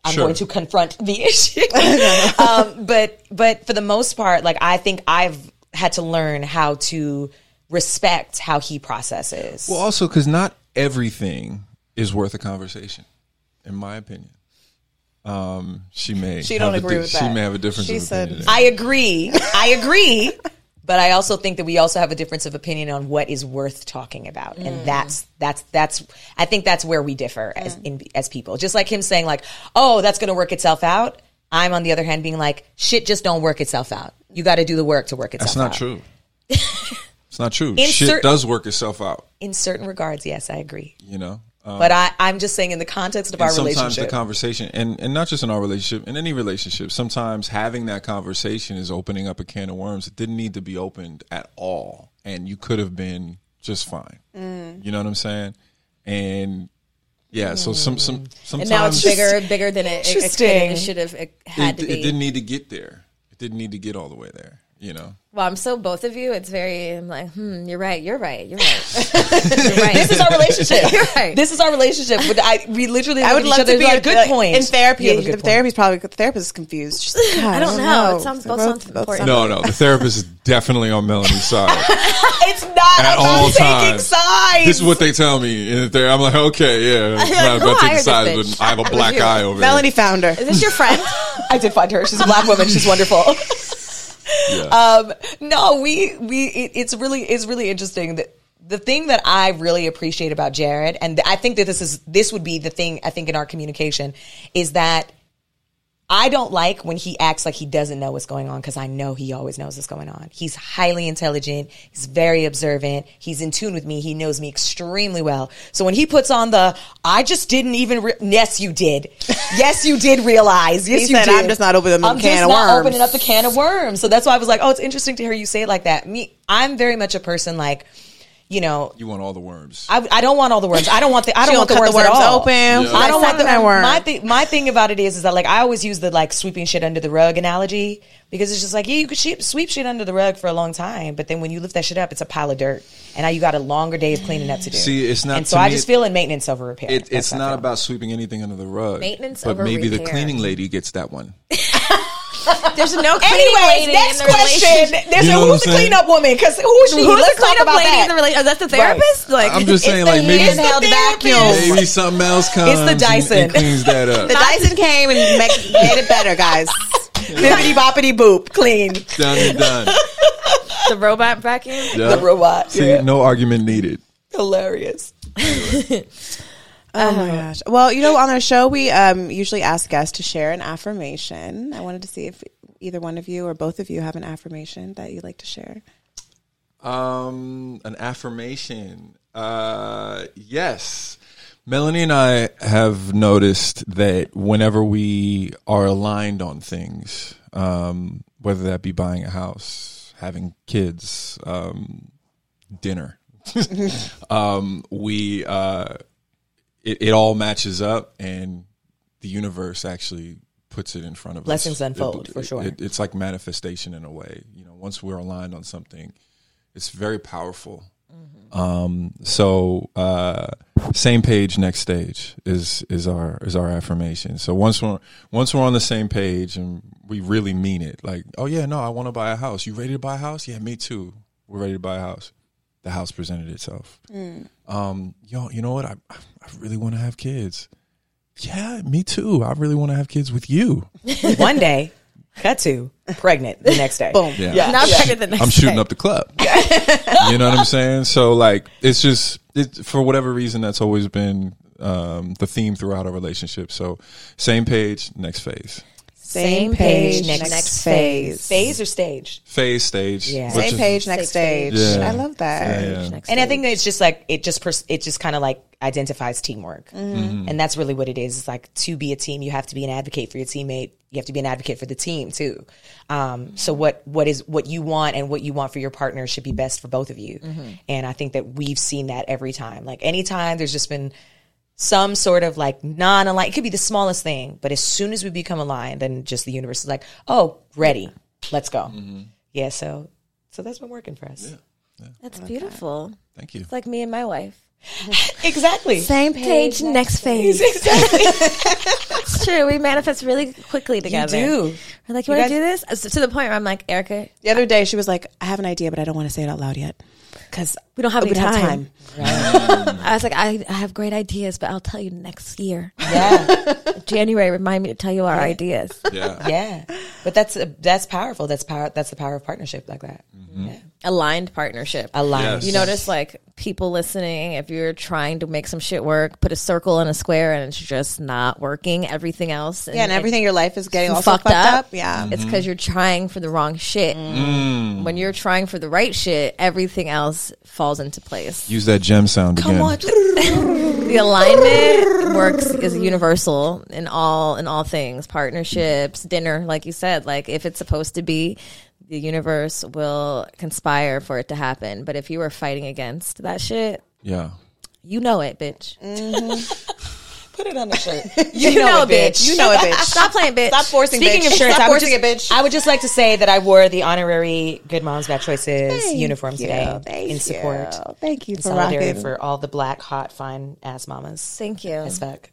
S3: I'm
S4: Sure.
S3: going to confront the issue. um, but but for the most part, like I think I've had to learn how to respect how he processes.
S4: Well, also because not everything is worth a conversation, in my opinion. Um, she may
S1: She don't
S4: have a
S1: agree
S4: di-
S1: with
S4: She
S1: that.
S4: may have a difference.
S1: She
S4: of
S1: said-
S4: opinion.
S3: I agree. I agree. But I also think that we also have a difference of opinion on what is worth talking about, and that's that's that's I think that's where we differ as in, as people. Just like him saying like, "Oh, that's going to work itself out." I'm on the other hand being like, "Shit, just don't work itself out. You got to do the work to work itself."
S4: That's not
S3: out.
S4: true. it's not true.
S3: cer-
S4: Shit does work itself out.
S3: In certain regards, yes, I agree.
S4: You know. Um,
S3: But I, I'm just saying in the context of our
S4: and sometimes the
S3: relationship.
S4: conversation and, and not just in our relationship in any relationship sometimes having that conversation is opening up a can of worms that didn't need to be opened at all and you could have been just fine you know what i'm saying and yeah so some some
S2: And
S4: sometimes
S2: now it's bigger, bigger than it, it, it,
S3: Interesting.
S2: should have it had
S4: it,
S2: to
S4: it
S2: be.
S4: didn't need to get there it didn't need to get all the way there you know
S2: Well, I'm so both of you. It's very. I'm like, hmm. You're right. You're right. You're right. you're right.
S3: this is our relationship.
S2: You're right.
S3: This is our relationship. But I, we literally
S1: I
S3: look
S1: would
S3: at each
S1: love
S3: other
S1: to
S3: and
S1: be
S3: like, good
S1: like,
S3: point.
S1: in therapy.
S3: You have a
S1: the
S3: good point.
S1: therapy's probably the therapist is confused. She's like, "God, I
S2: don't know. It sounds- both sound important.
S4: no no the therapist is definitely on melanie's side
S3: It's not
S4: At
S3: about
S4: all
S3: taking
S4: times.
S3: sides.
S4: this is what they tell me in the therapy i'm like okay yeah I'm not
S2: who
S4: about to take
S2: hired this
S4: sides,
S2: bitch?
S4: but i have a
S2: That was
S4: black
S2: you.
S4: eye over here.
S1: Melanie found her.
S2: Is this your friend?
S3: I did find her. She's a black woman. She's wonderful.
S4: Yeah.
S3: um, no, we we it, it's really it's really interesting that the thing that I really appreciate about Jared, and I think that this is this would be the thing I think in our communication is that I don't like when he acts like he doesn't know what's going on because I know he always knows what's going on. He's highly intelligent. He's very observant. He's in tune with me. He knows me extremely well. So when he puts on the, I just didn't even, re-, yes, you did. Yes, you did realize.
S1: He
S3: Yes, you
S1: said,
S3: did.
S1: "I'm just not opening up
S3: I'm
S1: the can
S3: just
S1: of
S3: not
S1: worms."
S3: opening up the can of worms. So that's why I was like, oh, it's interesting to hear you say it like that. Me, I'm very much a person like, you know,
S4: You want all the worms.
S3: I, I don't want all the worms. I don't want the I don't
S1: She
S3: want the
S1: gonna
S3: worms,
S1: cut the
S3: at
S1: worms
S3: all.
S1: open. Yeah.
S3: I don't want the
S1: Dissect that worm.
S3: My thi- my thing about it is is that like I always use the like sweeping shit under the rug analogy because it's just like yeah you could sheep, sweep shit under the rug for a long time, but then when you lift that shit up, it's a pile of dirt, and now you got a longer day of cleaning up to do.
S4: See, it's not-
S3: And so
S4: to
S3: I
S4: me,
S3: just feel in maintenance over repair.
S4: it,
S3: That's
S4: it's
S3: how I
S4: not
S3: feel.
S4: about sweeping anything under the rug.
S2: Maintenance
S4: but
S2: over
S4: maybe the
S2: repair.
S4: cleaning lady gets that one.
S2: There's no cleaning
S3: Anyways,
S2: lady
S3: next
S2: in the
S3: question.
S2: relationship.
S3: There's
S4: You know
S3: a,
S4: what
S3: who's the
S4: I'm saying?
S3: cleanup woman? Because who's she?
S2: Who's
S3: Let's
S2: the
S3: talk
S2: cleanup
S3: about
S2: lady
S3: that.
S2: in the relationship? Oh, that's the
S3: Right.
S2: therapist. Like,
S4: I'm just saying, like maybe,
S3: hand- handheld vacuum.
S4: maybe something else comes. and-
S3: Dyson.
S4: and cleans that up.
S1: The Dyson came and make, made it better, guys.
S3: Bippity boppity boop, clean
S4: done and done.
S2: the robot vacuum.
S4: Yeah.
S3: the robot.
S4: See,
S3: Yeah.
S4: no argument needed.
S3: Hilarious.
S1: Oh my gosh. Well, you know, on our show, we um, usually ask guests to share an affirmation. I wanted to see if either one of you or both of you have an affirmation that you'd like to share.
S4: Um, an affirmation. Uh, yes. Melanie and I have noticed that whenever we are aligned on things, um, whether that be buying a house, having kids, um, dinner, um, we uh, it, it all matches up, and the universe actually puts it in front of us.
S3: Blessings unfold,
S4: It-
S3: for sure.
S4: it- it's like manifestation in a way. You know, once we're aligned on something, it's very powerful.
S3: Mm-hmm.
S4: Um, so uh, same page, next stage is is our is our affirmation. So once we're once we're on the same page and we really mean it, like, oh yeah, no, I want to buy a house. You ready to buy a house? Yeah, me too. We're ready to buy a house. The house presented itself. Um, yo, you know what? I I really want to have kids. Yeah, me too. I really want to have kids with you.
S3: One day, cut to pregnant the next day.
S1: Boom.
S4: Yeah.
S2: Not better than
S4: I'm shooting up the club. you know what I'm saying? So like, it's just it, for whatever reason that's always been um, the theme throughout our relationship. So same page, next phase,
S1: Same page, next, phase.
S3: Phase or stage?
S4: phase stage.
S3: Yeah.
S4: which
S1: Same
S4: is-
S1: page, next
S2: stage.
S1: stage.
S4: Yeah.
S1: I love that.
S4: Yeah, yeah.
S2: Next
S3: And I think that it's just like it just pers- it just kind of like identifies teamwork, and that's really what it is. It's like to be a team, you have to be an advocate for your teammate. You have to be an advocate for the team too. Um, so what what is what you want and what you want for your partner should be best for both of you. And I think that we've seen that every time. Like anytime there's just been some sort of like non aligned. It could be the smallest thing, but as soon as we become aligned, then just the universe is like, oh, ready, let's go. Yeah. So so that's been working for us.
S2: That's beautiful.
S4: Thank you.
S2: It's like me and my wife.
S3: Exactly.
S1: Same
S2: Page next phase. it's true. We manifest really quickly together.
S3: do.
S2: We're like, you, want
S3: guys-
S2: to do this? Uh, so- to the point where I'm like, Erica,
S1: The other day, she was like, "I have an idea, but I don't want to say it out loud yet because
S2: Oh, we don't have
S1: we
S2: any
S1: don't
S2: time.
S1: have time."
S2: I was like, I, I have great ideas, but I'll tell you next year.
S3: Yeah,
S2: January, remind me to tell you our ideas.
S4: Yeah.
S3: yeah. But that's uh, that's powerful. That's power. That's the power of partnership like that. Yeah.
S2: Aligned partnership.
S3: Aligned.
S4: Mm-hmm. Yes.
S2: You notice like people listening, if you're trying to make some shit work, put a circle and a square and it's just not working. Everything else.
S1: Yeah, and
S2: like,
S1: everything in your life is getting all
S2: fucked
S1: fucked,
S2: up.
S1: up. Yeah,
S2: It's because you're trying for the wrong shit.
S4: Mm.
S2: When you're trying for the right shit, everything else falls into place.
S4: Use that gem sound again.
S2: The alignment works is universal in all in all things, partnerships, dinner, like you said. Like if it's supposed to be, the universe will conspire for it to happen. But if you are fighting against that shit,
S4: Yeah.
S2: you know it, bitch.
S3: Mm-hmm. Put it on the shirt.
S2: You, know, it, bitch.
S1: you know it, bitch.
S2: Stop playing, bitch.
S3: Stop forcing.
S1: Speaking
S3: bitch.
S1: of shirts,
S3: Stop
S1: I would
S3: forcing
S1: just-
S3: I would just like to say that I wore the honorary Good Moms Bad Choices uniform today
S1: Yeah, thank
S3: in
S1: you.
S3: support,
S1: Thank you
S3: in
S1: for
S3: solidarity
S1: rocking.
S3: for all the black, hot, fine ass mamas.
S2: Thank you.
S3: As fuck.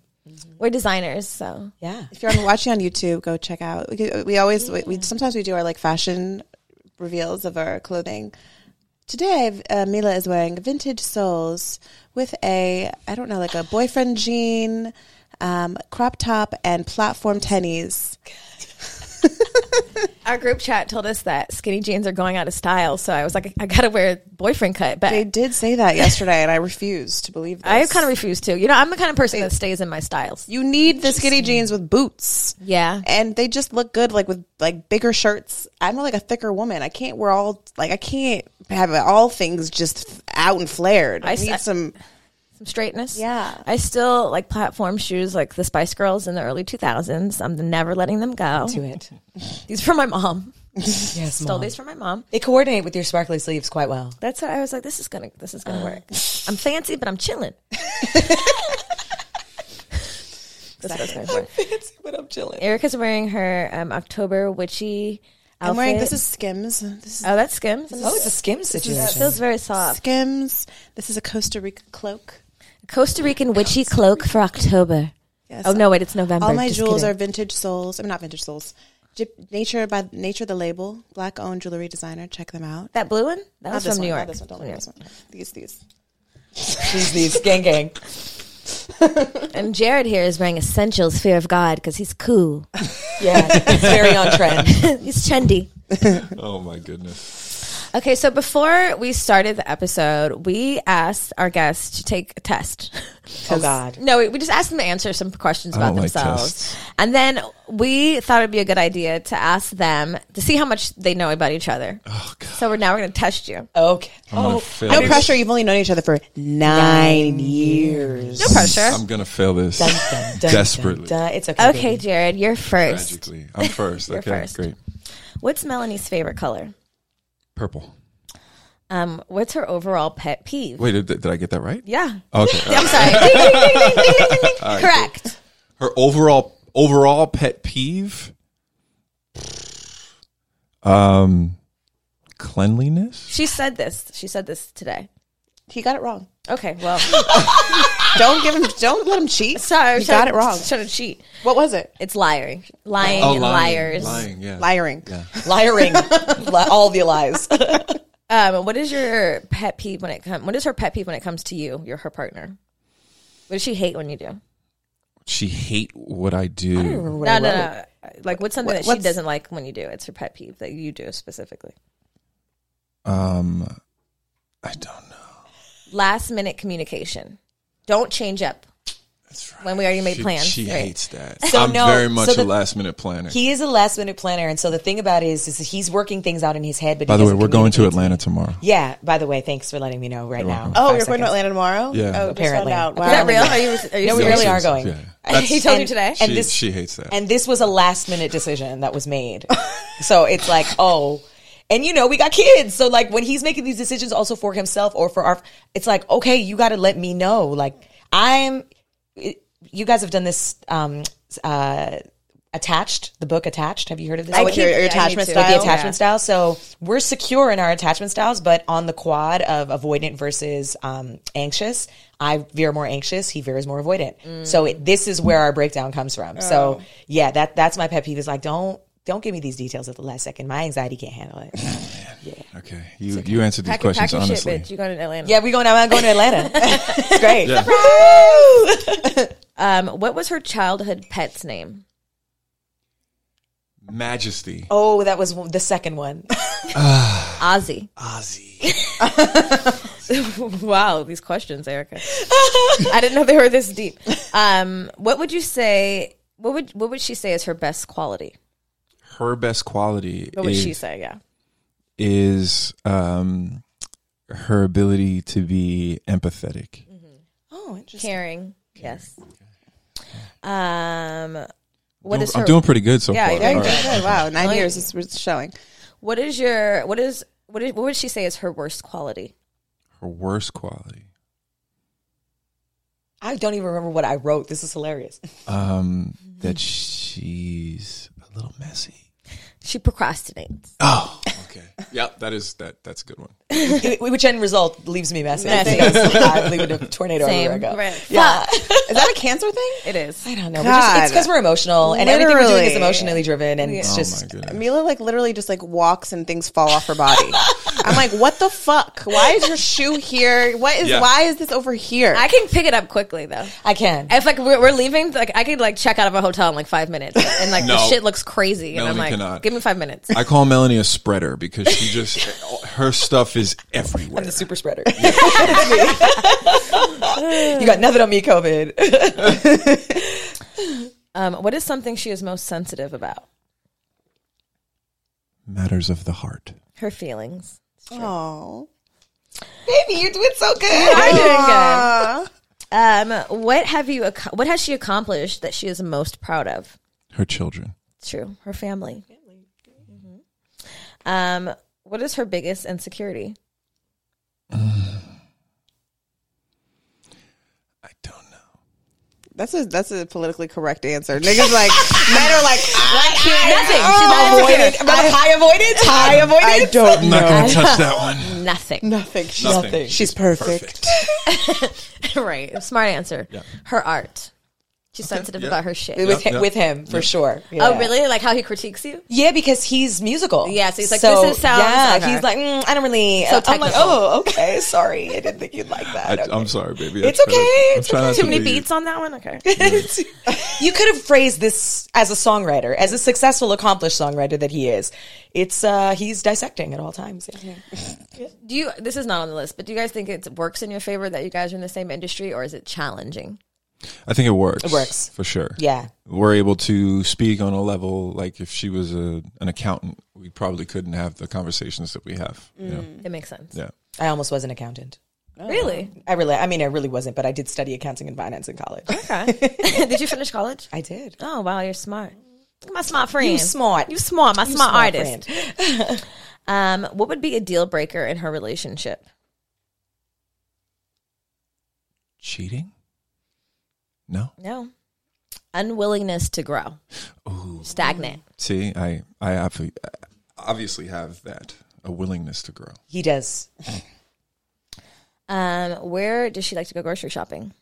S2: We're designers, so
S3: Yeah.
S1: if you're on- watching on YouTube, go check out. We, could- we always we, we sometimes we do our like fashion reveals of our clothing. Today, uh, Mila is wearing vintage soles with a I don't know like a boyfriend jean, um, crop top, and platform tennies.
S2: Our group chat told us that skinny jeans are going out of style, so I was like, I gotta wear boyfriend cut. But
S1: They did say that yesterday, and I refuse to believe. This.
S2: I kind of refuse to. You know, I'm the kind of person that stays in my styles.
S1: you need the skinny jeans with boots.
S2: Yeah.
S1: and they just look good like with like bigger shirts i'm like a thicker woman i can't wear all like i can't have it- all things just f- out and flared i,
S2: I s-
S1: need some
S2: Some straightness.
S1: Yeah.
S2: I still like platform shoes like the Spice Girls in the early 2000s. I'm never letting them go.
S3: Do it.
S2: These are from my mom.
S3: Yes,
S2: Stole
S3: mom.
S2: these from my mom.
S3: They coordinate with your sparkly sleeves quite well.
S2: That's what I was like, this is gonna this is gonna work. I'm fancy, but I'm chilling. That's what I was going for.
S3: Fancy, but I'm chilling.
S2: Erica's wearing her um, October witchy outfit.
S1: i'm wearing this is skims this is
S2: oh, that's Skims.
S3: Oh, it's a skim situation.
S2: It feels very soft.
S1: skims this is a costa rica cloak
S2: Costa Rican witchy cloak for October.
S1: yes
S2: Oh no, wait, it's November.
S1: all my
S2: Just
S1: jewels
S2: kidding.
S1: are vintage souls i'm mean, not vintage souls Jip- nature by nature the label black owned jewelry designer check them out
S2: that blue one. That was
S1: Not this
S2: from New
S1: one, not
S2: York.
S1: this one, don't
S2: New
S1: wear
S2: York.
S1: this one. these these
S3: She's these gang gang.
S2: And Jared here is wearing essentials, fear of God, because he's cool.
S3: Yeah, it's very on trend.
S2: he's trendy.
S4: Oh my goodness.
S2: Okay, so before we started the episode, we asked our guests to take a test.
S3: Oh God.
S2: No, we we just asked them to answer some questions about
S4: don't like
S2: themselves.
S4: tests.
S2: and then we thought it'd be a good idea to ask them to see how much they know about each other.
S4: Oh god.
S2: So we're now we're going to test you.
S3: Okay.
S4: I'm gonna
S3: Oh,
S4: fail
S1: no
S4: this.
S1: pressure you've only known each other for nine years
S2: No pressure.
S4: I'm gonna fail this
S3: dun, dun, dun,
S4: desperately.
S3: dun, dun. It's okay.
S2: Okay,
S3: baby.
S2: Jared, you're first.
S4: Tragically. I'm first.
S2: You're
S4: okay,
S2: first.
S4: great.
S2: What's Melanie's favorite color?
S4: Purple.
S2: Um, what's her overall pet peeve?
S4: Wait, did, did I get that right?
S2: Yeah.
S4: Okay.
S2: I'm sorry. Ding, ding, ding, ding, ding, ding, ding. Correct.
S4: her overall overall pet peeve um cleanliness
S2: She said this. She said this today.
S1: He got it wrong.
S2: Okay, well,
S1: Don't give him. Don't let him cheat.
S2: sorry,
S1: you got it wrong.
S2: Trying to cheat.
S1: What was it?
S2: It's liar, lying, and liars.
S4: Oh, Lying, yeah.
S1: Lying.
S3: Lying. Li- all the lies.
S2: Um, what is your pet peeve when it comes? What is her pet peeve when it comes to you? You're her partner. What does she hate when you do?
S4: She hate what I do.
S2: No, no, no. Like what's something that she
S1: what's-
S2: doesn't like when you do? It's her pet peeve that you do specifically.
S4: Um, I don't know.
S2: Last minute communication. Don't change up.
S4: That's right.
S2: When we already made
S4: She-
S2: plans,
S4: She
S2: right.
S4: hates that.
S3: So
S4: I'm
S3: no,
S4: very
S3: so
S4: much
S3: the-
S4: a last minute planner.
S3: He is a last minute planner, and so the thing about it is, is that he's working things out in his head. But
S4: By
S3: he
S4: the way,
S3: doesn't
S4: we're going to
S3: communicate
S4: Atlanta tomorrow.
S3: Yeah. By the way, thanks for letting me know right now.
S4: welcome.
S1: Oh,
S3: Five
S1: you're going to
S3: seconds.
S1: Atlanta tomorrow.
S4: Yeah.
S1: Oh, just found
S3: Apparently.
S1: out. Wow.
S2: Is that real? Are you? Are you
S3: No, we
S2: serious?
S3: really are going.
S4: Yeah.
S2: He told you today?
S4: She,
S3: And this,
S4: she hates that.
S3: and this was a last minute decision that was made. so it's like, oh, and you know, we got kids. So like when he's making these decisions also for himself or for our, it's like, okay, you got to let me know. Like I'm, it, you guys have done this, um, uh, attached the book attached. Have you heard of this?
S1: I
S3: book?
S1: your, your
S2: yeah, I need
S1: attachment
S2: to.
S1: style.
S3: the attachment style. So we're secure in our attachment styles, but on the quad of avoidant versus um, anxious, I veer more anxious. He veers more avoidant. So it, this is where our breakdown comes from. So yeah, that that's my pet peeve. Is like don't don't give me these details at the last second. My anxiety can't handle it.
S4: okay. You you answered these
S2: Pack, your- pack
S4: questions
S2: your shit,
S4: honestly.
S2: bitch. You're going to Atlanta.
S3: yeah, we going. I'm going to Atlanta. it's great.
S4: Yeah.
S2: Um, what was her childhood pet's name?
S4: Majesty.
S3: Oh, that was the second one.
S2: Ozzy.
S4: Ozzy.
S2: wow, these questions, Erica. I didn't know they were this deep. Um, what would you say? What would what would she say is her best quality?
S4: Her best quality
S2: What would
S4: is,
S2: she say? Yeah.
S4: is um, her ability to be empathetic.
S3: Oh, interesting.
S2: Caring. Yes. Um, what
S4: Doing-
S2: is
S4: I'm
S2: her?
S4: doing pretty good so
S2: Yeah,
S4: far.
S2: yeah,
S4: All
S2: you're
S4: right.
S1: Okay, wow, nine years is it's showing.
S2: what is your? What is what is? What would she say is her worst quality?
S4: Her worst quality.
S3: I don't even remember what I wrote. This is hilarious.
S4: Um, that she's a little messy.
S2: She procrastinates.
S4: Oh, okay. Yep, that is that. That's a good one.
S3: Which end result leaves me messy.
S2: Messy.
S3: I leave it a tornado everywhere I
S2: Same.
S3: go.
S2: Right.
S3: Yeah.
S1: Is that a cancer thing?
S2: It is.
S3: I don't know. We're just- it's
S1: God.
S3: because we're emotional, and everything we're doing is
S1: Literally.
S3: emotionally driven, and it's
S4: oh
S3: just
S4: my goodness.
S1: Mila like literally just like walks and things fall off her body. I'm like, what the fuck? Why is your shoe here? What is
S4: Yeah.
S1: why is this over here?
S2: I can pick it up quickly though.
S3: I can.
S2: If like we're, we're leaving, like I could like check out of a hotel in like five minutes, and like the
S4: No.
S2: shit looks crazy, and I'm
S4: Melanie
S2: like,
S4: cannot.
S2: give me five minutes.
S4: I call Melanie a spreader because she just her stuff is everywhere.
S3: I'm the super spreader. you got nothing on me, COVID.
S2: Um, what is something she is most sensitive about?
S4: Matters of the heart.
S2: Her feelings.
S1: oh.
S3: Baby, you're doing so good.
S2: I'm doing good. Um, what have you? ac- What has she accomplished that she is most proud of?
S4: Her children.
S2: True, her family. Mhm. Um, what is her biggest insecurity?
S4: I don't know.
S1: That's a that's a politically correct answer. Niggas like men are like I can't
S2: Nothing. She's not
S3: Avoided.
S2: insecure.
S3: About high avoidance. High
S1: I
S3: avoidance.
S1: don't
S4: I'm
S1: know.
S4: not going to touch that one.
S2: Nothing.
S1: Nothing. She's,
S3: Nothing.
S1: she's perfect.
S2: right. Smart answer. Her art. She's sensitive
S4: yeah.
S2: about her shit.
S3: With,
S4: Yeah,
S3: him,
S4: yeah.
S3: with him, for sure.
S2: Oh,
S3: Yeah.
S2: really? Like how he critiques you?
S3: Yeah, because he's musical.
S2: Yeah, so he's like, this is sounds-
S3: Yeah,
S2: okay.
S3: he's like, mm, I don't really.
S2: So
S3: I'm like,
S2: technical.
S3: oh, okay, sorry, I didn't think you'd like that.
S4: I,
S3: Okay.
S4: I'm sorry, baby.
S3: It's
S4: I tried to-
S3: okay,
S4: I'm
S3: it's
S4: trying
S3: okay.
S4: not
S2: Too
S4: to
S2: many
S4: be-
S2: beats on that one? Okay.
S3: you could have phrased this as a songwriter, as a successful, accomplished songwriter that he is. It's uh, he's dissecting at all times. Yeah.
S2: Do you this is not on the list, but do you guys think it works in your favor that you guys are in the same industry or is it challenging?
S4: I think it works.
S3: It works.
S4: for sure.
S3: Yeah.
S4: we're able to speak on a level like if she was a an accountant, we probably couldn't have the conversations that we have. you know?
S3: Mm.
S2: It makes sense.
S4: Yeah.
S3: I almost was an accountant.
S2: Really?
S3: I really, I mean, I really wasn't, but I did study accounting and finance in college.
S2: Okay. Did you finish college?
S3: I did.
S2: Oh wow, you're smart. Look at my smart friend.
S3: You smart.
S2: You smart, my
S3: You
S2: smart, artist.
S3: friend.
S2: Um, what would be a deal breaker in her relationship?
S4: Cheating? No.
S2: No. Unwillingness to grow. Stagnant.
S4: See, I I obvi- obviously have that a willingness to grow.
S3: He does.
S2: Um, where does she like to go grocery shopping?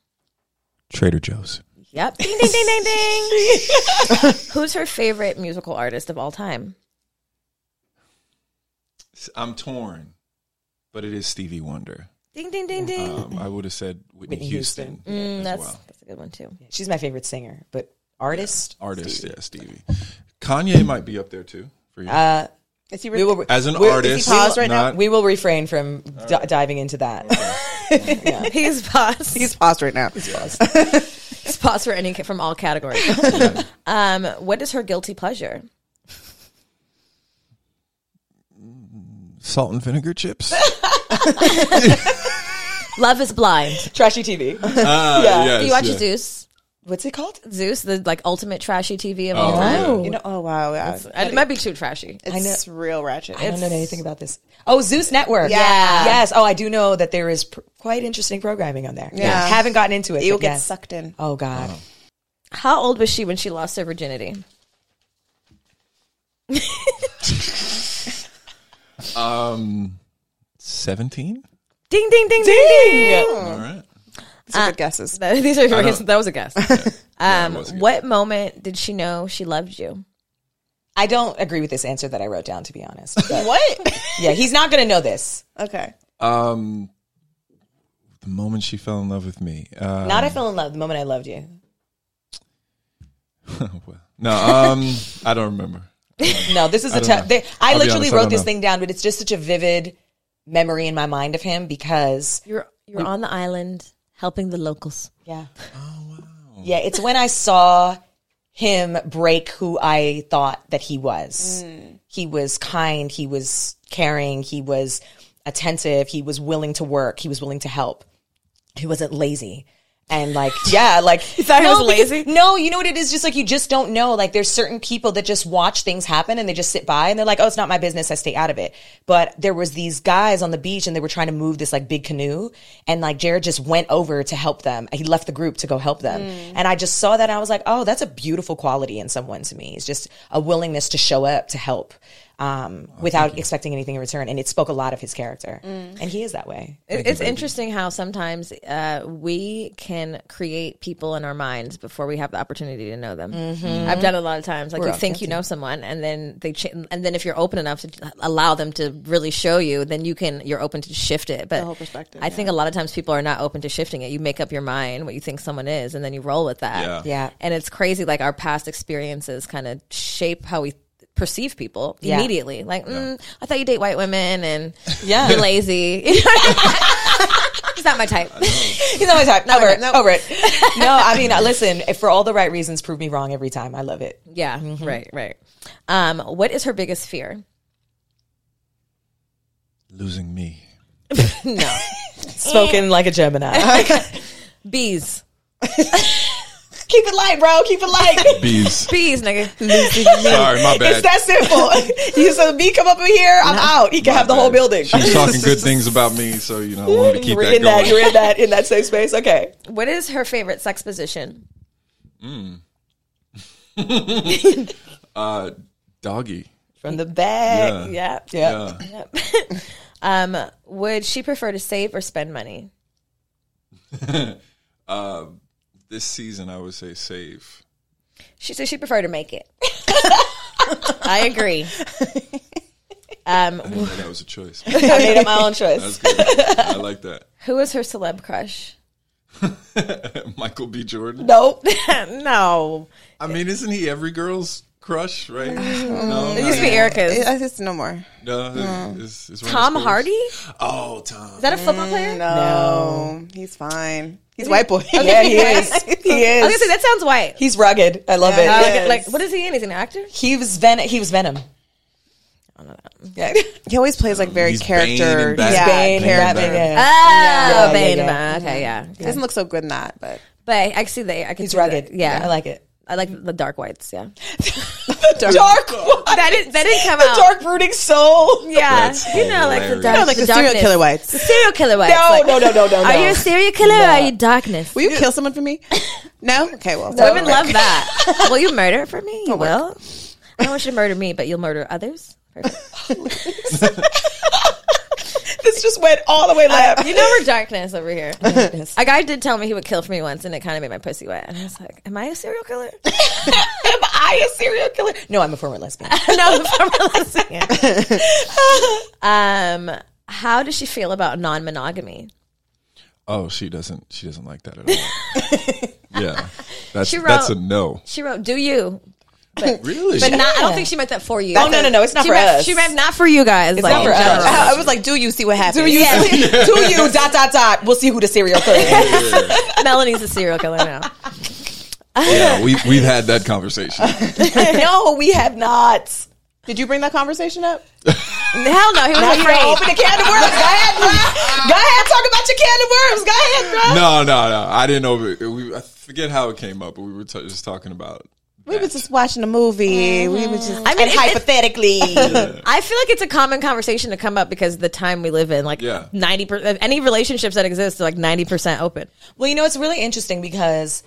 S4: Trader Joe's.
S2: Yep. Ding ding ding ding ding. Who's her favorite musical artist of all time?
S4: I'm torn, but it is Stevie Wonder.
S2: Ding ding ding ding.
S4: Um, I would have said Whitney,
S3: Whitney
S4: Houston.
S3: Houston.
S2: Mm,
S4: as
S2: that's
S4: well.
S2: that's a good one too.
S3: She's my favorite singer, but artist.
S4: Artist, yeah, Stevie. Kanye might be up there too for you.
S3: Uh,
S1: Is he
S3: we
S1: really?
S3: will
S4: As an
S3: we- is he
S4: artist,
S1: paused right
S4: not,
S3: we will refrain from d- diving into that.
S2: He's boss.
S1: He's paused right now.
S2: He's boss for any from all categories. um, what is her guilty pleasure?
S4: salt and vinegar chips.
S2: Love is blind.
S3: Trashy TV.
S4: Ah,
S3: Yeah.
S4: yes,
S2: Do you watch
S4: yeah.
S2: Zeus?
S3: What's it called?
S2: Zeus, the like ultimate trashy TV of
S4: Oh,
S2: all time.
S4: yeah.
S1: You know, oh wow, it's,
S2: It might be too trashy.
S1: it's real ratchet.
S3: I don't know anything about this. Oh, Zeus Network.
S1: Yeah.
S3: Yes. Oh, I do know that there is pr- quite interesting programming on there.
S1: Yeah.
S3: Haven't gotten into it.
S1: You'll
S3: but
S1: get
S3: yes.
S1: sucked in.
S3: Oh God.
S2: How old was she when she lost her virginity?
S4: Seventeen.
S2: Ding ding ding ding ding.
S3: Hmm.
S4: All right.
S1: It's a good guesses.
S2: That, these are your
S4: I don't-
S2: guesses. That was a guess. um,
S4: was a guess.
S2: what moment did she know she loved you?
S3: I don't agree with this answer that I wrote down, to be honest. But
S1: What?
S3: yeah, he's not going to know this.
S1: okay.
S4: Um, the moment she fell in love with me. Uh,
S3: Not I fell in love the moment I loved you.
S4: well, no, um, I don't remember.
S3: No, this is a
S4: don't
S3: tough.
S4: know.
S3: They, I
S4: I'll be
S3: literally
S4: honest, I
S3: wrote
S4: don't
S3: this
S4: know.
S3: thing down, but it's just such a vivid memory in my mind of him because
S2: You're you're on the island helping the locals.
S3: yeah,
S4: Mm.
S3: oh wow, yeah. It's when I saw him break who I thought that he was.
S4: Mm.
S3: He was kind. He was caring. He was attentive. He was willing to work. He was willing to help. He wasn't lazy. And like, yeah, like you
S2: thought he was lazy?
S3: No, you know what it is? Just like you just don't know. Like there's certain people that just watch things happen and they just sit by and they're like, oh, it's not my business. I stay out of it. But there was these guys on the beach and they were trying to move this like big canoe and like Jared just went over to help them. He left the group to go help them.
S2: Mm.
S3: And I just saw that and I was like, oh, that's a beautiful quality in someone to me. It's just a willingness to show up to help um,
S2: Oh,
S3: without expecting anything in return. And it spoke a lot of his character. And he is that way.
S2: Mm. It- it's interesting how sometimes uh, we can create people in our minds before we have the opportunity to know them. I've done it a lot of times. Like you think you know someone, and then they cha- and then if you're open enough to allow them to really show you, then you can you're open to shift it. But
S1: whole perspective,
S2: I think a lot of times people are not open to shifting it. You make up your mind what you think someone is, and then you roll with that.
S4: Yeah.
S3: Yeah.
S2: And it's crazy, like our past experiences kind of shape how we perceive people
S3: Yeah.
S2: immediately. Like, mm, I thought you date white women and
S3: Yeah.
S2: you're lazy. You know what I mean? He's not my type.
S3: He's not my type. Over it.
S1: no.
S3: Over it. No, I mean, uh, listen, if for all the right reasons, prove me wrong every time. I love it.
S2: Yeah, right, right. Um, what is her biggest fear?
S4: Losing me.
S2: No,
S3: Spoken like a Gemini.
S2: bees,
S3: Keep it light, bro. Keep it light.
S4: Bees.
S2: bees, nigga.
S4: Sorry, my
S3: It's
S4: bad.
S3: that simple. You said me come up in here, I'm out. He can have the whole building.
S4: She was talking good things about me, so you know I wanted to keep
S3: We're
S4: that
S3: in that,
S4: going.
S3: you're in that in that safe space. Okay.
S2: What is her favorite sex position?
S4: Uh, doggy.
S3: From the back.
S4: Yeah.
S2: Yeah.
S3: Yeah.
S4: Yeah.
S2: Um, would she prefer to save or spend money?
S4: This season, I would say save.
S2: She said she'd prefer to make it. I agree. Um,
S4: I didn't know that was a choice.
S3: I made it my own
S4: That's
S3: choice.
S4: good. I like that.
S2: who is her celeb crush?
S4: Michael B. Jordan.
S3: Nope.
S2: no.
S4: I mean, isn't he every girl's crush, right? no,
S2: Mm, It used to be Erica's.
S1: It, it's no more.
S4: no, it's- it's one of
S2: Tom
S4: those girls.
S2: Hardy?
S4: Oh, Tom.
S2: Is that a football
S3: Mm,
S2: player?
S1: No, he's fine. He's white boy.
S3: yeah, he is. He
S2: I was gonna say
S3: is.
S2: that sounds white.
S3: He's rugged. I love
S1: Yeah.
S3: it.
S2: Like-
S1: is.
S2: Like, what is he in? He's an actor.
S3: He was Ven- he was Venom.
S2: Oh,
S3: Yeah.
S1: He always plays like very
S4: He's Bane
S1: character.
S4: in Batman.
S1: yeah,
S3: Bane,
S1: character.
S3: Batman, yeah.
S2: Oh,
S3: yeah,
S2: Bane.
S3: yeah. Mm-hmm.
S2: Bah, Okay, yeah.
S1: He doesn't look so good in that, but
S2: But I see that. I can
S3: He's
S2: see that.
S3: rugged.
S2: Yeah.
S3: I like it.
S2: I like the dark whites. Yeah.
S3: dark, white.
S2: That didn't. That didn't come
S3: the
S2: out.
S3: dark brooding soul.
S2: yeah.
S4: That's
S2: you know, like the
S4: hilarious.
S2: dark.
S4: You know,
S1: like the
S2: darkness.
S1: serial killer whites.
S2: The serial killer whites.
S3: No,
S2: like,
S3: no, no, no, no,
S2: Are
S3: no.
S2: you a serial killer or are you darkness?
S1: will you kill someone for me? no. Okay. Well,
S2: Women love that. will you murder for me? You will. I don't want you to murder me, but you'll murder others. Perfect.
S3: this just went all the way left.
S2: You know we're darkness over here. A guy did tell me he would kill for me once, and it kind of made my pussy wet. And I was like, "Am I a serial killer?"
S3: Am I a serial killer? No, I'm a former lesbian.
S2: no, I'm listening. um, how does she feel about non-monogamy?
S4: Oh, she doesn't. She doesn't like that at all. yeah, that's
S2: She wrote-
S4: that's a no.
S2: She wrote, "Do you?"
S4: Really?
S2: But not. I don't think she meant that for you.
S3: Oh, no, no, no, it's not
S2: she
S3: for
S2: meant,
S3: us.
S2: She meant not for you guys. like,
S3: not for
S2: in
S3: us.
S2: general.
S1: I was like, do you see what happens?
S3: Do you,
S2: Yeah.
S3: do you, dot, dot, dot. We'll see who the serial killer is.
S2: Melanie's a serial killer now.
S4: yeah, we we've had that conversation.
S3: no, we have not.
S1: Did you bring that conversation up?
S2: Hell no, he was
S3: You don't
S2: afraid.
S3: open a can of worms. Go ahead, bro. Go ahead, talk about your can of worms. Go ahead, bro.
S4: No, no, no. I didn't know. but We, I forget how it came up, but we were t- just talking about.
S1: We was just watching a movie. We was just.
S2: I mean,
S3: And
S2: it- it-
S3: hypothetically,
S2: I feel like it's a common conversation to come up because of the time we live in, like
S4: Yeah.
S2: ninety percent, any relationships that exist are like ninety percent open.
S3: well, you know, it's really interesting because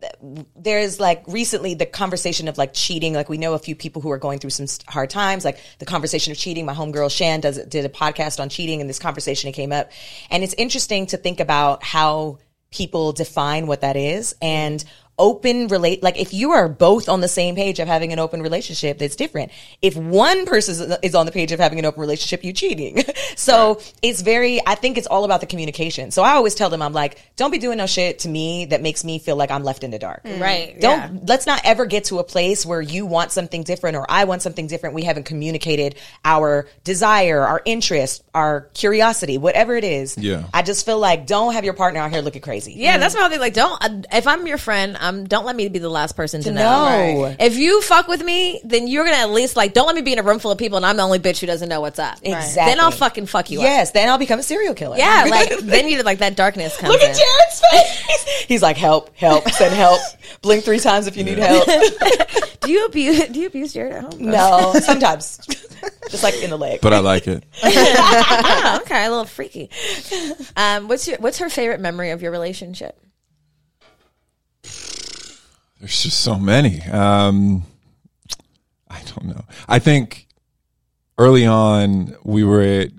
S3: th- there's like recently the conversation of like cheating. Like we know a few people who are going through some st- hard times. Like the conversation of cheating. My homegirl Shan does did a podcast on cheating, and this conversation came up. And it's interesting to think about how people define what that is and open relate like if you are both on the same page of having an open relationship that's different if one person is- is on the page of having an open relationship you cheating so it's very i think it's all about the communication so i always tell them i'm like don't be doing no shit to me that makes me feel like i'm left in the dark
S2: Mm. Right.
S3: don't
S2: yeah.
S3: let's not ever get to a place where you want something different or I want something different. We haven't communicated our desire, our interest, our curiosity, whatever it is.
S4: Yeah.
S3: I just feel like don't have your partner out here looking crazy.
S2: Yeah, that's my whole thing. Like, don't uh, if I'm your friend, um, don't let me be the last person to know.
S3: know. Right.
S2: If you fuck with me, then you're gonna at least like don't let me be in a room full of people and I'm the only bitch who doesn't know what's up.
S3: Exactly.
S2: Then I'll fucking fuck you up.
S3: Yes, then I'll become a serial killer.
S2: Yeah, like then you like that darkness comes
S3: Look
S2: in.
S3: at Jared's face. He's like, help, help, send help. Blink three times if you need help.
S2: Do you abuse? Do you abuse Jared at home?
S3: No, sometimes. Just like in the leg.
S4: But I like it.
S2: Oh, okay, a little freaky. Um, what's your what's her favorite memory of your relationship?
S4: There's just so many. Um, I don't know. I think early on we were at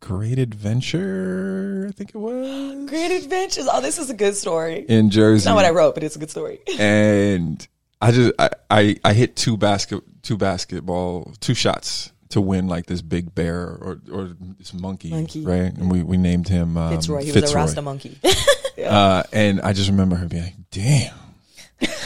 S4: Great Adventure. I think it was
S3: Great adventures. Oh, this is a good story.
S4: in Jersey.
S3: Not what I wrote, but it's a good story.
S4: Um, and I just I, I I hit two basket two basketball two shots to win like this big bear or or this monkey, right? And we, we named him um,
S3: Fitzroy, he was
S4: Fitzroy.
S3: a Rasta monkey.
S4: Uh, and I just remember her being like, "Damn."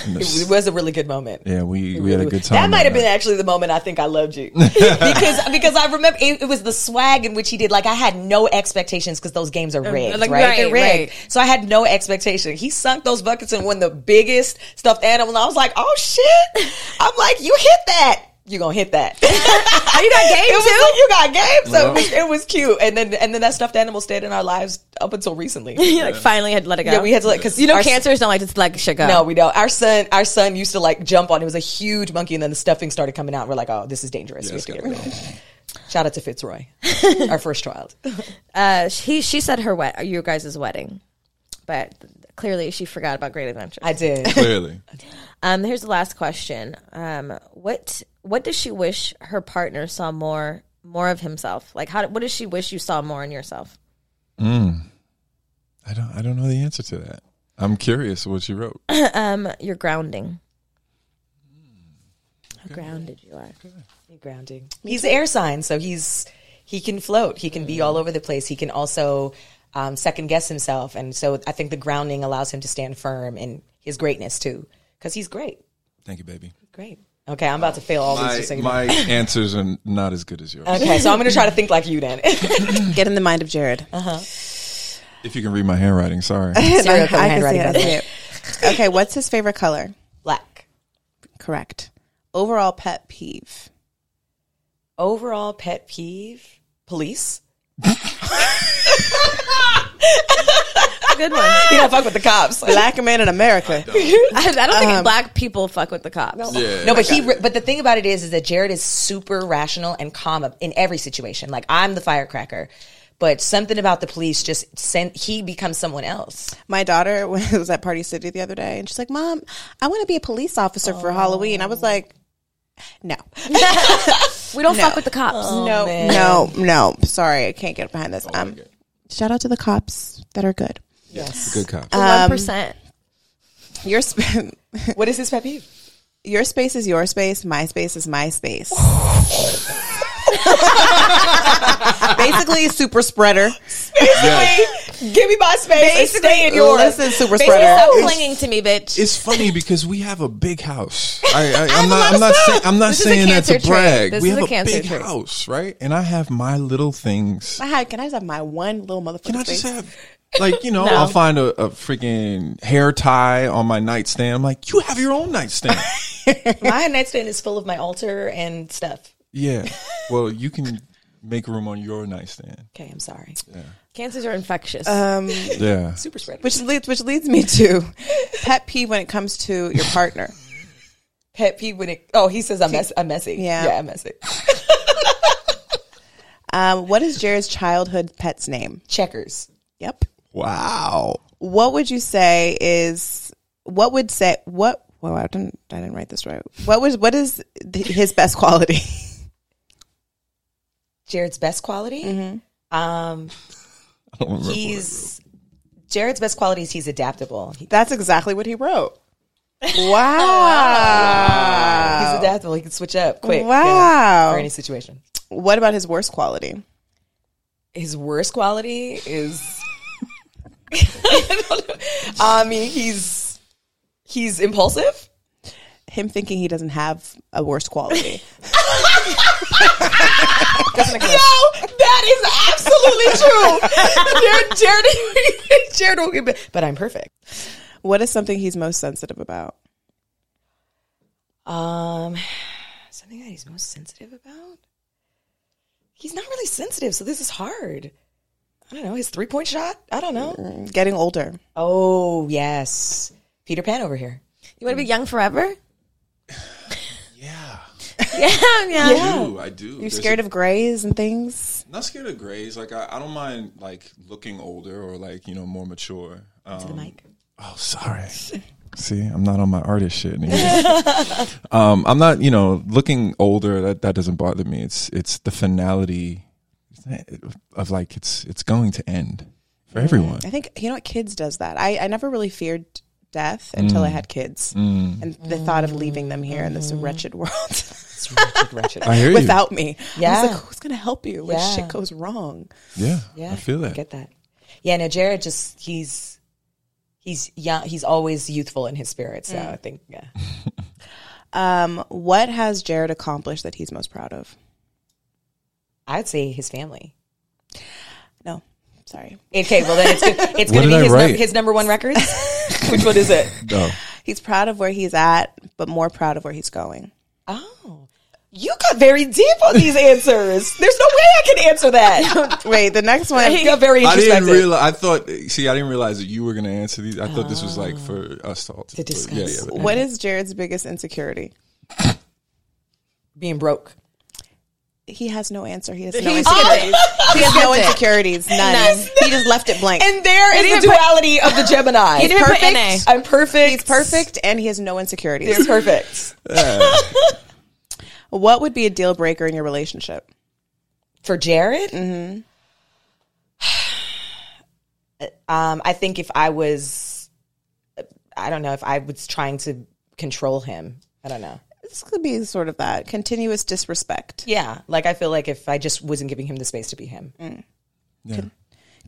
S4: And
S3: It
S4: this-
S3: was a really good moment.
S4: yeah, we we had a good time.
S3: That might have been
S4: night.
S3: actually the moment I think I loved you because because I remember it, it was the swag in which he did. Like I had no expectations because those games are rigged,
S2: Um, like,
S3: right?
S2: right,
S3: They're rigged,
S2: right.
S3: so I had no expectation. He sunk those buckets and won the biggest stuffed animal. And I was like, oh shit! I'm like, you hit that. You gonna hit that? you
S2: Oh,
S3: got game it was like, you got game, so it, was, it was cute. And then and then that stuffed animal stayed in our lives up until recently.
S2: You like finally had to let it go.
S3: Yeah, we had to like because
S2: You know, cancers don't like to let shit go.
S3: no, we don't. Our son, our son used to like jump on. It was a huge monkey, and then the stuffing started coming out. We're like, oh, this is dangerous.
S4: Yeah,
S3: we
S4: it's
S3: have to get
S4: gotta
S3: rid of it. Shout out to Fitzroy, our first child.
S2: uh, he she said her wet your guys' wedding, but clearly she forgot about Great Adventure.
S3: I did.
S4: clearly.
S2: Um, here's the last question. Um, what what does she wish her partner saw more more of himself? Like, how what does she wish you saw more in yourself?
S4: I don't I don't know the answer to that. I'm curious what you wrote.
S2: Um, your grounding. How grounded you are.
S3: Grounding. He's the air sign, so he's he can float. He can be all
S1: Mm.
S3: over the place. He can also um, second guess himself, and so I think the grounding allows him to stand firm in his greatness too, because he's great.
S4: Thank you, baby.
S3: Great. Okay, I'm about to fail all these. just
S4: My,
S3: thinking
S4: my answers are not as good as
S2: Uh,
S4: yours.
S3: about- okay, so I'm going to try to think like you then.
S1: Get in the mind of Jared.
S4: If you can read my handwriting, sorry.
S3: Serial
S1: I
S3: killer
S1: can see
S3: handwriting,
S1: it, I
S3: by the
S1: see it. Okay, what's his favorite color?
S3: Black.
S1: Correct. Overall pet peeve.
S3: overall pet peeve police
S2: Good one.
S3: you don't fuck with the cops
S1: Black man in America.
S2: I, I don't think black people fuck with the cops.
S4: Yeah.
S3: no but he re- but the thing about it is is that jared is super rational and calm ab- in every situation like i'm the firecracker but something about the police just sent he becomes someone else
S1: My daughter was at Party City the other day, and she's like, "Mom, I want to be a police officer for Halloween." I was like, No,
S2: We don't fuck with the cops.
S3: no,
S1: no, no. Sorry, I can't get behind this. Um,
S4: okay.
S1: shout out to the cops that are good.
S3: Yes.
S4: Good cop.
S1: Um,
S2: One percent.
S1: Your sp-
S3: What is this, Pepe?
S1: your space is your space. My space is my space. Basically, a super spreader.
S3: Give me my space. and stay in yours.
S1: Listen, super spreader.
S2: Stop clinging to me, bitch.
S4: It's funny because we have a big house. I, I, I'm not. I'm not, say, I'm not
S2: This is a
S4: saying that
S2: cancer
S4: to
S2: trait.
S4: brag.
S2: This
S4: we
S2: is
S4: have
S2: a
S4: a,
S2: cancer
S4: big
S2: trait.
S4: house, right? And I have my litlittle things.
S1: Hi, can I just have my one little motherfucking
S4: Can I
S1: space?
S4: just have, like, you know, I'll find a, a freaking hair tie on my nightstand. I'm like, you have your own nightstand.
S3: My nightstand is full of my altar and stuff.
S4: yeah. Well, you can make room on your nightstand.
S3: Okay, I'm sorry.
S2: Cancers are infectious.
S4: Yeah.
S3: Super spreader.
S1: which leads which leads me to pet peeve when it comes to your partner.
S3: Pet peeve when it. Oh, he says I'm, mess, I'm messy.
S1: Yeah.
S3: yeah, I'm messy.
S1: Um, what is Jared's childhood pet's name?
S3: Checkers.
S1: Yep.
S4: Wow.
S1: What would you say is what would say what? Well, I didn't I didn't write this right. What was what is th- his best quality?
S3: Jared's best quality. Um,
S4: I don't remember.
S3: he's Jared's best quality is he's adaptable. He-
S1: That's exactly what he wrote. Wow.
S3: He's adaptable. He can switch up quick. you know,
S1: Wow.
S3: for any situation.
S1: What about his worst quality?
S3: His worst quality is. I mean, he's he's impulsive.
S1: Him thinking he doesn't have a worst quality.
S3: Yo, that is absolutely true. Jared, Jared, Jared will get back. But I'm perfect.
S1: what is something he's most sensitive about?
S3: Um, something that he's most sensitive about. He's not really sensitive, so this is hard. I don't know his three point shot. I don't know.
S1: Getting older.
S3: Oh yes, Peter Pan over here.
S2: you want to be young forever?
S4: Yeah.
S2: yeah, yeah.
S4: I do. I do.
S1: You're scared of grays and things.
S4: Not scared of grays. Like I, I don't mind like looking older or like you know more mature. Um, to the
S3: mic.
S4: Oh, sorry. See, I'm not on my artist shit anymore. um, I'm not, you know, looking older. That that doesn't bother me. It's it's the finality of like it's it's going to end for everyone.
S1: I think you know what kids does that. I, I never really feared death until I had kids, and the thought of leaving them here in
S3: Mm-hmm.
S1: this wretched world
S3: It's wretched, wretched.
S4: I hear
S1: without me. I
S3: Yeah.
S1: was like, who's gonna help you when
S3: Yeah.
S1: shit goes wrong?
S4: you. Yeah,
S3: Yeah,
S4: I feel that.
S3: Get that. Yeah, no, Jared just he's he's young. He's always youthful in his spirit. So I think yeah.
S1: Um, what has Jared accomplished that he's most proud of?
S3: I'd say his family.
S1: No, sorry,
S3: Okay, well then it's good. it's
S4: What
S3: going to
S4: did I
S3: be his, num-
S4: write?
S3: his number one records. Which one is it?
S4: No.
S1: he's proud of where he's at, but more proud of where he's going.
S3: Oh, you got very deep on these answers. There's no way I can answer that.
S1: Wait, the next one.
S3: You got very
S4: I
S3: introspective.
S4: didn't realize. I thought. See, I didn't realize that you were going to answer these. I thought this was like for us to, all to
S3: discuss.
S4: Yeah, yeah. but-
S1: What is Jared's biggest insecurity?
S3: Being broke.
S1: He has no answer. He has no
S2: He's
S1: insecurities. he has no insecurities. None.
S2: None.
S1: He just left it blank.
S3: And there is the duality of the Gemini.
S2: didn't put
S3: perfect.
S2: NA.
S3: I'm perfect.
S1: He's perfect and he has no insecurities.
S3: He's perfect.
S1: What would be a deal breaker in your relationship?
S3: For Jared, mm-hmm. um, I think if I was, I don't know, if I was trying to control him, I don't know.
S1: This could be sort of that continuous disrespect,
S3: Yeah, like I feel like if I just wasn't giving him the space to be him,
S4: Mm. yeah.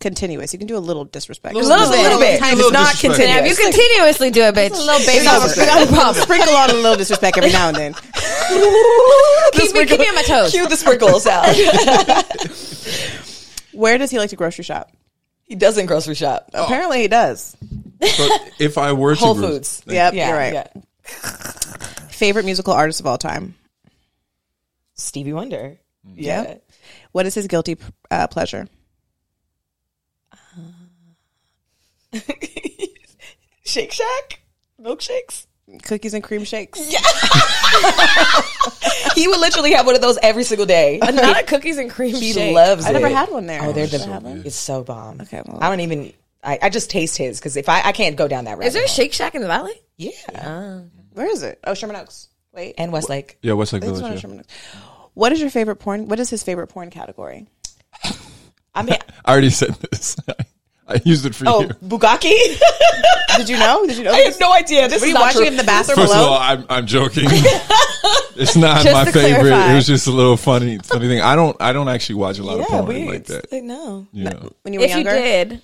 S1: continuous. You can do a little disrespect,
S4: Little- Just a little bit.
S1: tiny-
S4: A little
S3: not
S4: disrespect.
S3: continuous.
S2: If you continuously do it, bitch. A little baby.
S1: sprinkle on a little disrespect every now and then.
S2: Keep me, keep me on my
S4: Oh,
S2: toes.
S3: Cue the sprinkles out.
S1: Where does he like to grocery shop?
S3: he doesn't grocery shop.
S4: Oh,
S1: Apparently, he does.
S4: But if I were to
S3: Whole
S4: gro-
S3: Foods.
S1: Yep, you're right.
S3: yeah.
S1: Favorite musical artist of all time.
S3: Stevie Wonder. Yeah.
S1: What is his guilty uh, pleasure?
S3: Shake Shack? Milkshakes?
S1: Cookies and cream shakes.
S3: He would literally have one of those every single day.
S2: Not a cookies and cream
S3: He
S2: shake.
S3: loves it.
S1: I never had one there.
S3: Oh, they're the
S1: Should I have one?
S3: It's so bomb.
S1: Okay, well-
S3: I don't even. I, I just taste his because if I, I can't go down that route.
S2: Is there a Shake Shack in the Valley?
S3: Yeah.
S1: Where is it? Oh, Sherman Oaks. Wait.
S3: and Westlake.
S4: Yeah, Westlake
S1: That's what I'm
S4: Village. Yeah.
S1: trying to- What is your favorite porn? What is his favorite porn category?
S3: I mean,
S4: I already said this. I used it for
S3: oh,
S4: you.
S3: Bugaki.
S1: Did you know? Did you know?
S3: I have no idea. This
S1: Were
S3: is
S1: you
S3: not
S1: watching
S3: true.
S1: it in the bathroom
S4: First of all,
S1: alone?
S4: I'm I'm joking. it's not
S1: Just
S4: my
S1: to
S4: favorite.
S1: clarify.
S4: It was just a little funny funny thing. I don't I don't actually watch a lot of porn like
S3: it's
S4: that.
S3: Like, no.
S4: you know.
S1: when you were
S2: If you
S1: younger?
S2: did,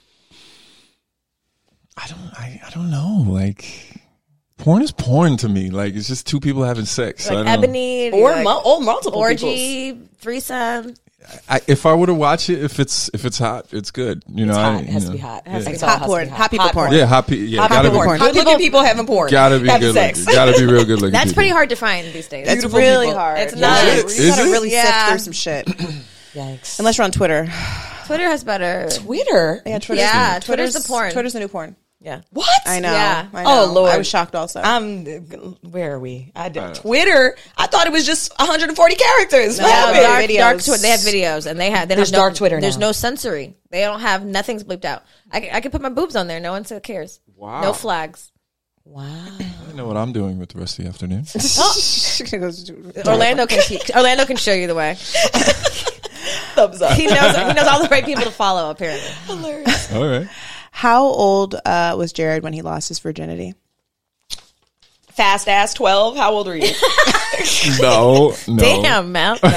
S4: I don't I, I don't know. Like porn is porn to me. Like it's just two people having sex. so I
S2: like
S4: don't-
S2: ebony
S3: Or
S2: like,
S3: mul- or multiple peoples.
S2: orgy, threesome,
S4: I, if I were to watch it, if it's if it's hot, it's good. You know, I,
S3: Hot. It has
S4: you
S3: to be
S4: know.
S3: hot. It
S4: Yeah.
S3: has to be
S1: It's
S3: all
S1: hot
S3: has to
S1: porn.
S3: be
S1: Hot people porn.
S4: Yeah, hot. Pe- yeah,
S1: Hot
S4: gotta
S1: people
S4: be
S1: porn.
S3: Good looking people having porn.
S4: gotta be
S3: having
S4: good
S3: sex.
S4: looking. Gotta be real good looking.
S2: That's
S4: people.
S2: pretty hard to find these days.
S1: That's
S3: Beautiful
S1: really
S3: people.
S1: hard.
S3: It's
S1: You
S3: not-
S1: gotta-
S4: Is
S1: You gotta
S4: it?
S1: really sift
S2: Yeah.
S1: through some shit.
S3: Yikes.
S1: Unless you're on Twitter.
S2: Twitter has better.
S3: Twitter.
S1: Yeah, Twitter's,
S2: Yeah, Twitter's the porn.
S1: Twitter's the new porn.
S3: Yeah. What?
S1: I know.
S2: Yeah.
S1: I
S3: Oh,
S1: know.
S3: Lord.
S1: I was shocked also.
S3: I'm. Where are we? I did, Twitter. I thought it was just 140 characters. what
S1: Yeah,
S2: Yeah,
S1: they have
S3: happened?
S2: dark, dark
S1: videos.
S2: Twitter. They have videos, and they have. They
S3: There's
S2: have no,
S3: dark Twitter
S2: There's
S3: now.
S2: no sensory. They don't have nothing's bleeped out. I, c- I could put my boobs on there. No one still cares.
S4: Wow.
S2: No flags.
S3: Wow.
S4: I know what I'm doing with the rest of the afternoon.
S2: Orlando can teach. Orlando can show you the way.
S3: Thumbs up.
S2: He knows. he knows all the right people to follow. Apparently,
S4: All right.
S1: How old uh, was Jared when he lost his virginity?
S3: Fast ass 12. How old are you?
S4: No, no.
S2: damn, Mount.
S3: Well,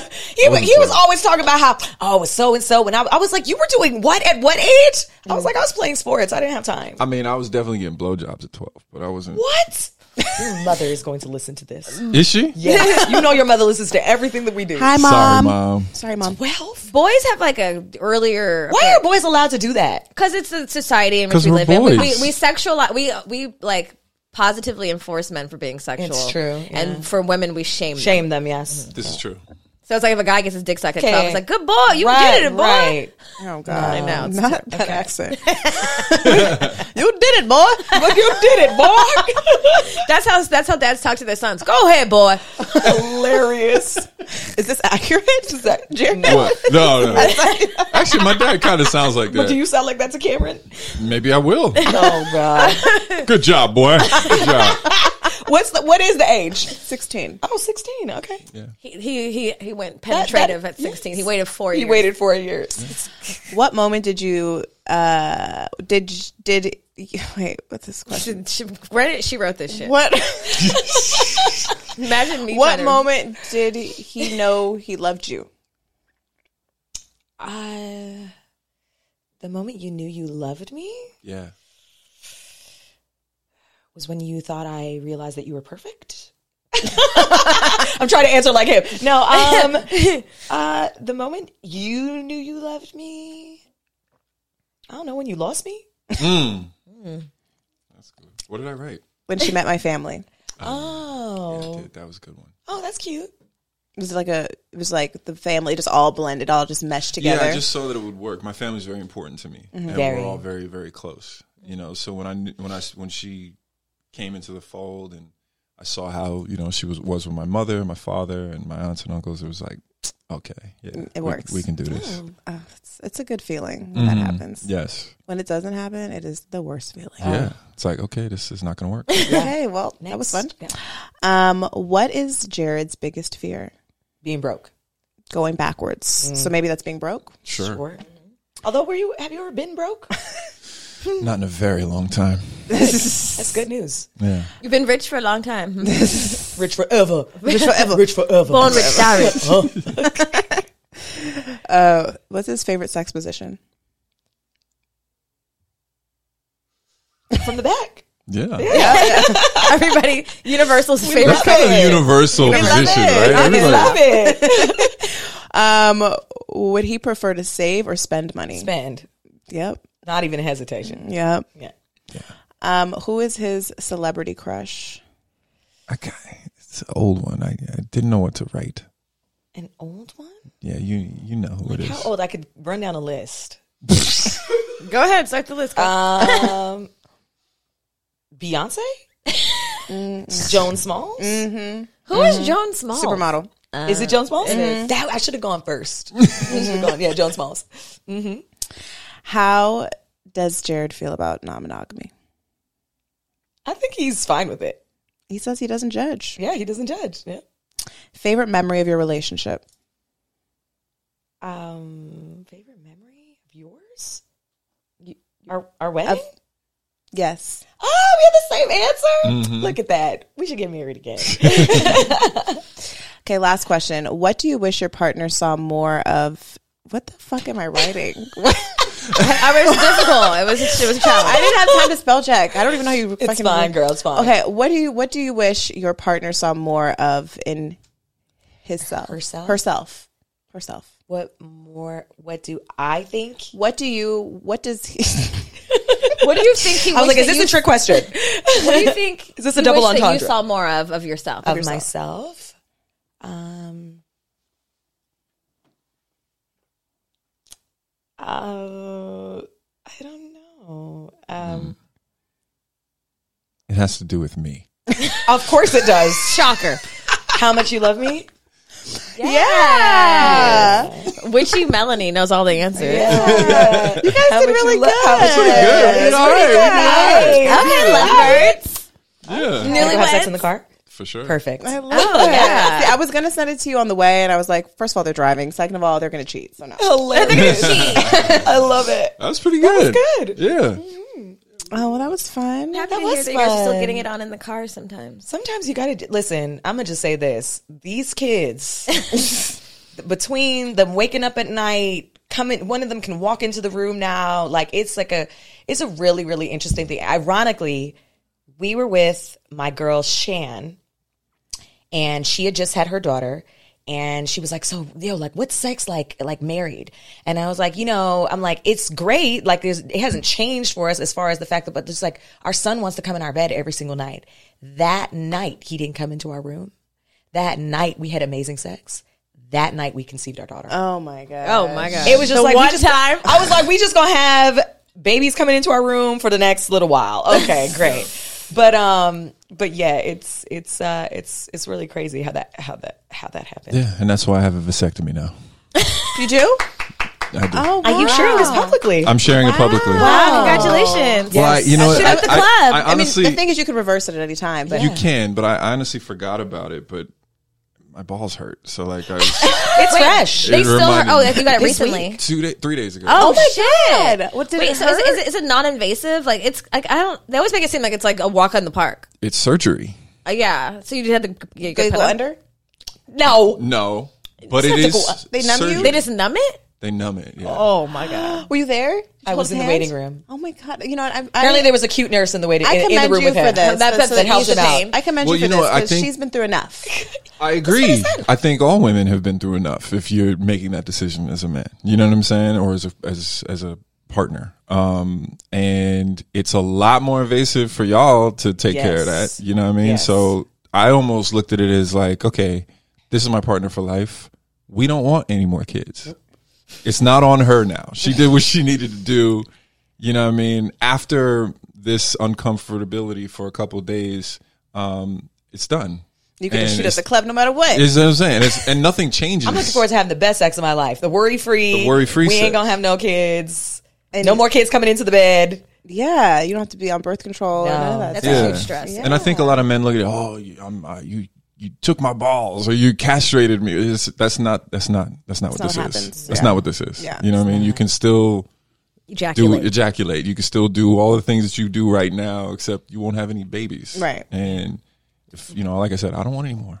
S3: he, wa- he was always talking about how, oh, so and so. And I, I was like, you were doing what at what age? I was like, I was playing sports. I didn't have time.
S4: I mean, I was definitely getting blowjobs at 12, but I wasn't.
S3: what? Your mother is going to listen to this.
S4: Is she?
S3: Yeah. you know your mother listens to everything that we do.
S1: Hi, mom.
S4: Sorry,
S1: Sorry,
S4: mom.
S1: mom.
S3: 12?
S2: Boys have like a earlier.
S3: Why are boys allowed to do that?
S2: Because it's the society in
S4: 'Cause
S2: which we
S4: we're
S2: live in. We, we,
S4: boys.
S2: we sexualize. We we like positively enforce men for being sexual.
S3: It's true, yeah.
S2: And for women, we shame. them.
S3: Shame them, yes.
S4: This is true.
S2: So it's like if a guy gets his dick sucked at
S3: Okay.
S2: twelve, it's like good boy, you did it, boy.
S3: Right.
S1: Oh God, I
S2: know, it's
S1: Not that accent. you did it, boy.
S3: But you did it, boy.
S2: That's how that's how dads talk to their sons. Go ahead, boy.
S3: Hilarious.
S1: Is this accurate? Is that Jared?
S4: What? No, no. Actually, my dad kind of sounds like
S3: But
S4: that.
S3: do you sound like that to Cameron?
S4: Maybe I will.
S3: Oh God.
S4: Good job, boy. Good job.
S3: What's the what is the age?
S1: Sixteen.
S3: Oh, 16. Okay.
S2: He he he, he went
S3: that-
S2: penetrative at sixteen. He waited four
S3: He
S2: years.
S3: waited four years.
S1: What moment did you? uh Did did wait? What's this question?
S2: She, she read it. She wrote this shit.
S1: What
S2: Imagine me.
S1: what
S2: trying to-
S1: moment did he know he loved you?
S3: Uh, the moment you knew you loved me
S4: Yeah.
S3: was when you thought I realized that you were perfect. I'm trying to answer like him. No, um, uh, the moment you knew you loved me, I don't know when you lost me.
S4: Mm.
S3: Mm.
S4: That's good. What did I write?
S1: When she met my family,
S3: Oh,
S4: I did. That was a good one.
S3: oh, that's cute.
S1: it was like a. It was like the family just all blended, all just meshed together.
S4: Yeah, I just saw that it would work. My family's very important to me, and
S3: Very.
S4: we're all very, very close. You know, so when I knew, when I s- when she came into the fold, and I saw how you know she was was with my mother, my father, and my aunts and uncles, it was like, okay, yeah, we-
S1: works.
S4: We, can do this.
S1: Oh, it's, it's a good feeling when that happens.
S4: Yes,
S1: When it doesn't happen, it is the worst feeling.
S4: yeah. It's like okay, this is not going to work.
S1: Okay, well, that was fun. Um, what is Jared's biggest fear?
S3: Being broke.
S1: Going backwards. So maybe that's being broke.
S4: Sure.
S3: Or- Although, were you? Have you ever been broke?
S4: not in a very long time.
S3: That's good news.
S4: Yeah,
S2: You've been rich for a long time.
S3: Rich forever.
S1: Just forever.
S3: Rich forever. Uh-huh.
S2: Born rich, die rich.
S3: Uh,
S1: What's his favorite sex position?
S3: From the back.
S4: yeah.
S2: Everybody, Universal's favorite.
S4: That's kind of a universal
S1: love
S4: position,
S1: it.
S4: right?
S1: I
S3: I
S4: Everybody-
S3: love it.
S1: Um, would he prefer to save or spend money?
S3: Spend.
S1: Yep.
S3: Not even a hesitation.
S1: Yep.
S3: Yeah.
S1: Um, who is his celebrity crush?
S4: I got, it's an old one. I, I didn't know what to write.
S3: An old one?
S4: Yeah, you you know who it is.
S3: How old? I could run down a list.
S2: Go ahead, start the list. Go.
S3: Um, Beyonce? Joan Smalls? Mm-hmm.
S2: Who is Joan Small?
S1: Supermodel.
S3: Is it Joan Smalls? That, I should have gone first. I should've gone- yeah, Joan Smalls.
S1: How does Jared feel about non monogamy?
S3: I think he's fine with it.
S1: He says he doesn't judge.
S3: Yeah, he doesn't judge. Yeah.
S1: Favorite memory of your relationship?
S3: Um, favorite memory of yours? You, our our wedding.
S1: Yes.
S3: oh, we had the same answer. Look at that. We should get married again.
S1: Okay, last question. What do you wish your partner saw more of? What the fuck am I writing?
S2: I was difficult. It was it was a
S1: I
S2: challenge.
S1: didn't have time to spell check. I don't even know how you
S3: It's
S1: fucking
S3: fine, girl. It's fine.
S1: Okay, what do you what do you wish your partner saw more of in himself?
S3: Herself?
S1: Herself. Herself.
S3: What more? What do I think?
S1: What do you what does he
S2: What do you think he?
S3: I
S2: wished
S3: was like, is
S2: that
S3: this a trick question?
S2: you- What do you think?
S3: Is this a
S2: you
S3: double
S2: wish that
S3: entendre?
S2: You saw more of of yourself.
S3: of myself. Um, uh, I don't know. Um,
S4: It has to do with me.
S3: Of course it does.
S2: Shocker.
S3: How much you love me?
S1: Yeah.
S2: Witchy Melanie knows all the answers.
S3: Yeah. you guys
S1: did really good.
S3: How much
S1: Pretty
S3: you
S1: good.
S3: love
S4: I
S3: me?
S4: did all right.
S3: Nice.
S2: Okay, lovebirds.
S4: Yeah,
S3: Can we have sex
S2: Newlyweds.
S3: in the car?
S4: for sure.
S3: Perfect.
S1: I love oh, yeah. I was gonna send it to you on the way and I was like, first of all, they're driving. Second of all, they're gonna cheat. So no.
S3: Hilarious. I love it.
S4: That was pretty good.
S3: was good.
S4: Yeah.
S1: Oh well that was fun.
S2: Happy
S3: That
S2: to hear
S3: was
S2: that you guys are still
S3: fun.
S2: getting it on in the car sometimes.
S3: Sometimes you gotta listen. I'm gonna just say this: these kids, between them waking up at night, coming, one of them can walk into the room now. Like it's like a, it's a really really interesting thing. Ironically, we were with my girl Shan, and she had just had her daughter and she was like so yo like what's sex like like married and i was like you know i'm like it's great like there's it hasn't changed for us as far as the fact that but just like our son wants to come in our bed every single night that night he didn't come into our room that night we had amazing sex that night we conceived our daughter
S1: Oh my god.
S2: Oh my god.
S3: it was just
S2: the
S3: like we
S2: one
S3: just-
S2: time.
S3: I was like, we just gonna have babies coming into our room for the next little while. Okay, great. But um, but yeah, it's it's uh, it's it's really crazy how that how that how that happened.
S4: Yeah, and that's why I have a vasectomy now.
S1: You do?
S4: I do.
S1: Oh wow.
S3: Are you sharing this publicly?
S4: I'm sharing it publically.
S3: Oh.
S2: Wow, Ah, congratulations.
S4: Well, I, you know, what,
S2: Shoot
S4: I,
S2: at the
S4: I-
S2: club.
S4: I
S1: I mean,
S4: honestly,
S1: the thing is, you could reverse it at any time, but
S4: you can, but I honestly forgot about it. But my balls hurt, so like I was
S3: it's fresh.
S2: They
S4: It
S2: still are.
S4: reminded
S2: Oh,
S4: me.
S2: you got it
S3: This
S2: recently.
S4: two, day, three days ago.
S2: Oh,
S1: my
S2: shit.
S1: God. What did
S2: Wait,
S1: it
S2: so is it,
S1: hurt?
S2: is it, is it non-invasive? Like it's like I don't. They always make it seem like it's like a walk in the park.
S4: It's surgery.
S2: Uh, yeah. So you just had to get
S1: They
S2: good
S1: go under.
S2: No,
S4: No, but
S2: It's
S4: it
S2: not to
S4: is.
S2: go up.
S1: They numb you?
S4: surgery.
S2: they just numb it.
S4: They numb it. Yeah.
S2: Oh my god.
S1: Were you there? Did you
S3: I was
S1: hold
S3: in
S1: his
S3: the waiting
S1: hand?
S3: room.
S1: Oh my god! You know what? I,
S3: Apparently,
S1: I,
S3: there was a cute nurse in the waiting
S1: I
S3: in, in the
S1: commend
S3: room
S1: you
S3: with
S1: for
S3: him.
S1: this.
S2: That-
S1: That's
S2: that's
S1: so
S2: the
S1: that helps
S2: name.
S1: out. I commend
S4: Well,
S1: you for
S4: you know
S1: this
S4: what, I
S1: because
S4: think-
S1: she's been through enough.
S4: I agree. I think all women have been through enough if you're making that decision as a man. You know what I'm saying? Or as a as as a partner. Um and it's a lot more invasive for y'all to take care of
S3: Yes.
S4: that. You know what I mean?
S3: Yes.
S4: So I almost looked at it as like, okay, this is my partner for life. We don't want any more kids. It's not on her now. She did what she needed to do. You know what I mean? After this uncomfortability for a couple of days, um, it's done.
S1: You can just
S4: And
S1: shoot at
S4: it's-
S1: the club no matter what.
S4: is what I'm saying. It's, and nothing changes.
S3: I'm looking forward to having the best sex of my life. The worry free.
S4: The worry-free
S3: We
S4: sex.
S3: ain't gonna have no kids. no more kids coming into the bed.
S1: yeah, you don't have to be on birth control. or
S3: No.
S1: none of that
S2: That's
S1: stuff.
S2: a
S4: Yeah.
S2: huge stress.
S4: And I think a lot of men look at it. Oh, you, I'm, uh, you you took my balls or you castrated me. It's- that's not that's not that's not what
S1: That's
S4: this
S1: not what
S4: is.
S1: happens.
S4: That's
S1: Yeah.
S4: not what this is.
S1: Yeah.
S4: You know what I mean? You can still do
S2: Ejaculate.
S4: ejaculate. You can still do all the things that you do right now, except you won't have any babies.
S1: Right.
S4: And if you know, like I said, I don't want any more.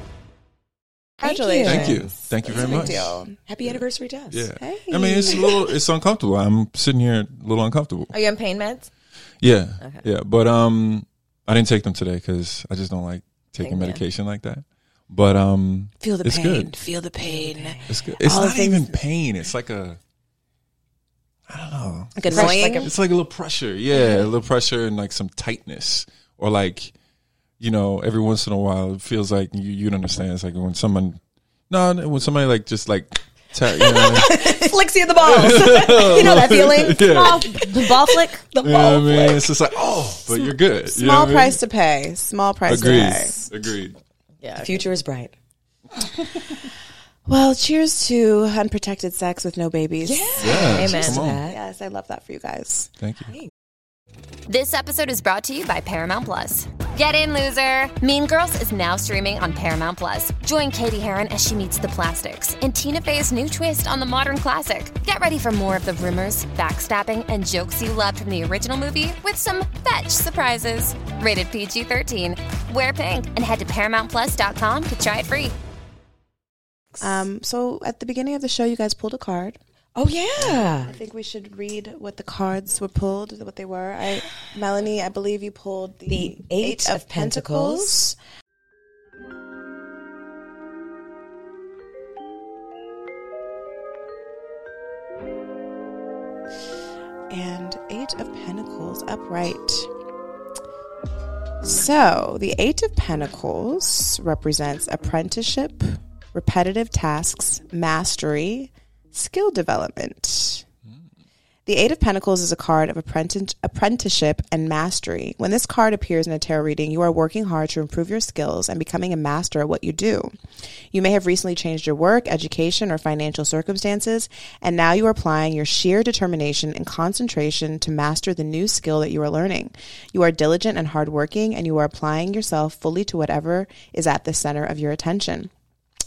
S1: Congratulations.
S4: Thank you. Thank you very much.
S3: Um, Happy anniversary to us.
S4: Yeah. I mean, it's a little, it's uncomfortable. I'm sitting here a little uncomfortable.
S2: Are you on pain meds?
S4: Yeah. Yeah. But, um, I didn't take them today because I just don't like taking medication like that. But, um,
S1: Feel the
S4: it's
S1: pain.
S4: good.
S1: Feel the pain.
S4: It's good. It's
S1: All the
S4: not
S1: things-
S4: even pain. It's like a, I don't know.
S1: Like annoying. Mm-hmm.
S4: It's like a little pressure. Yeah, a little pressure and like some tightness. Or like, you know, every once in a while it feels like you you don't understand. It's like when someone no, no, when somebody like just like ta- you know, what
S3: Flicks you in the balls. you know that feeling?
S4: Yeah.
S3: Ball, the ball flick. The
S4: I mean? You know
S3: ball
S4: what I
S3: flick.
S4: mean? It's just like, oh, but you're good. You know
S1: Small
S4: what I mean?
S1: price to pay. Small price to pay.
S4: Agreed. Agreed.
S3: The future is bright.
S1: Well, cheers to unprotected sex with no babies.
S4: Yeah.
S2: Amen.
S4: Come on.
S1: Yes, I love that for you guys.
S4: Thank you.
S5: This episode is brought to you by Paramount Plus. Get in, loser! Mean Girls is now streaming on Paramount Plus. Join Katie Heron as she meets the plastics in Tina Fey's new twist on the modern classic. Get ready for more of the rumors, backstabbing, and jokes you loved from the original movie with some fetch surprises. Rated PG 13. Wear pink and head to ParamountPlus.com to try it free.
S1: Um, so at the beginning of the show, you guys pulled a card.
S3: Oh yeah.
S1: I think we should read what the cards were pulled, what they were. I, Melanie, I believe you pulled the,
S3: The Eight of Pentacles.
S1: Pentacles And Eight of Pentacles upright. So, the Eight of Pentacles represents apprenticeship, repetitive tasks, mastery, skill development. The Eight of Pentacles is a card of apprenti- apprenticeship and mastery. When this card appears in a tarot reading, you are working hard to improve your skills and becoming a master at what you do. You may have recently changed your work, education, or financial circumstances, and now you are applying your sheer determination and concentration to master the new skill that you are learning. You are diligent and hardworking, and you are applying yourself fully to whatever is at the center of your attention.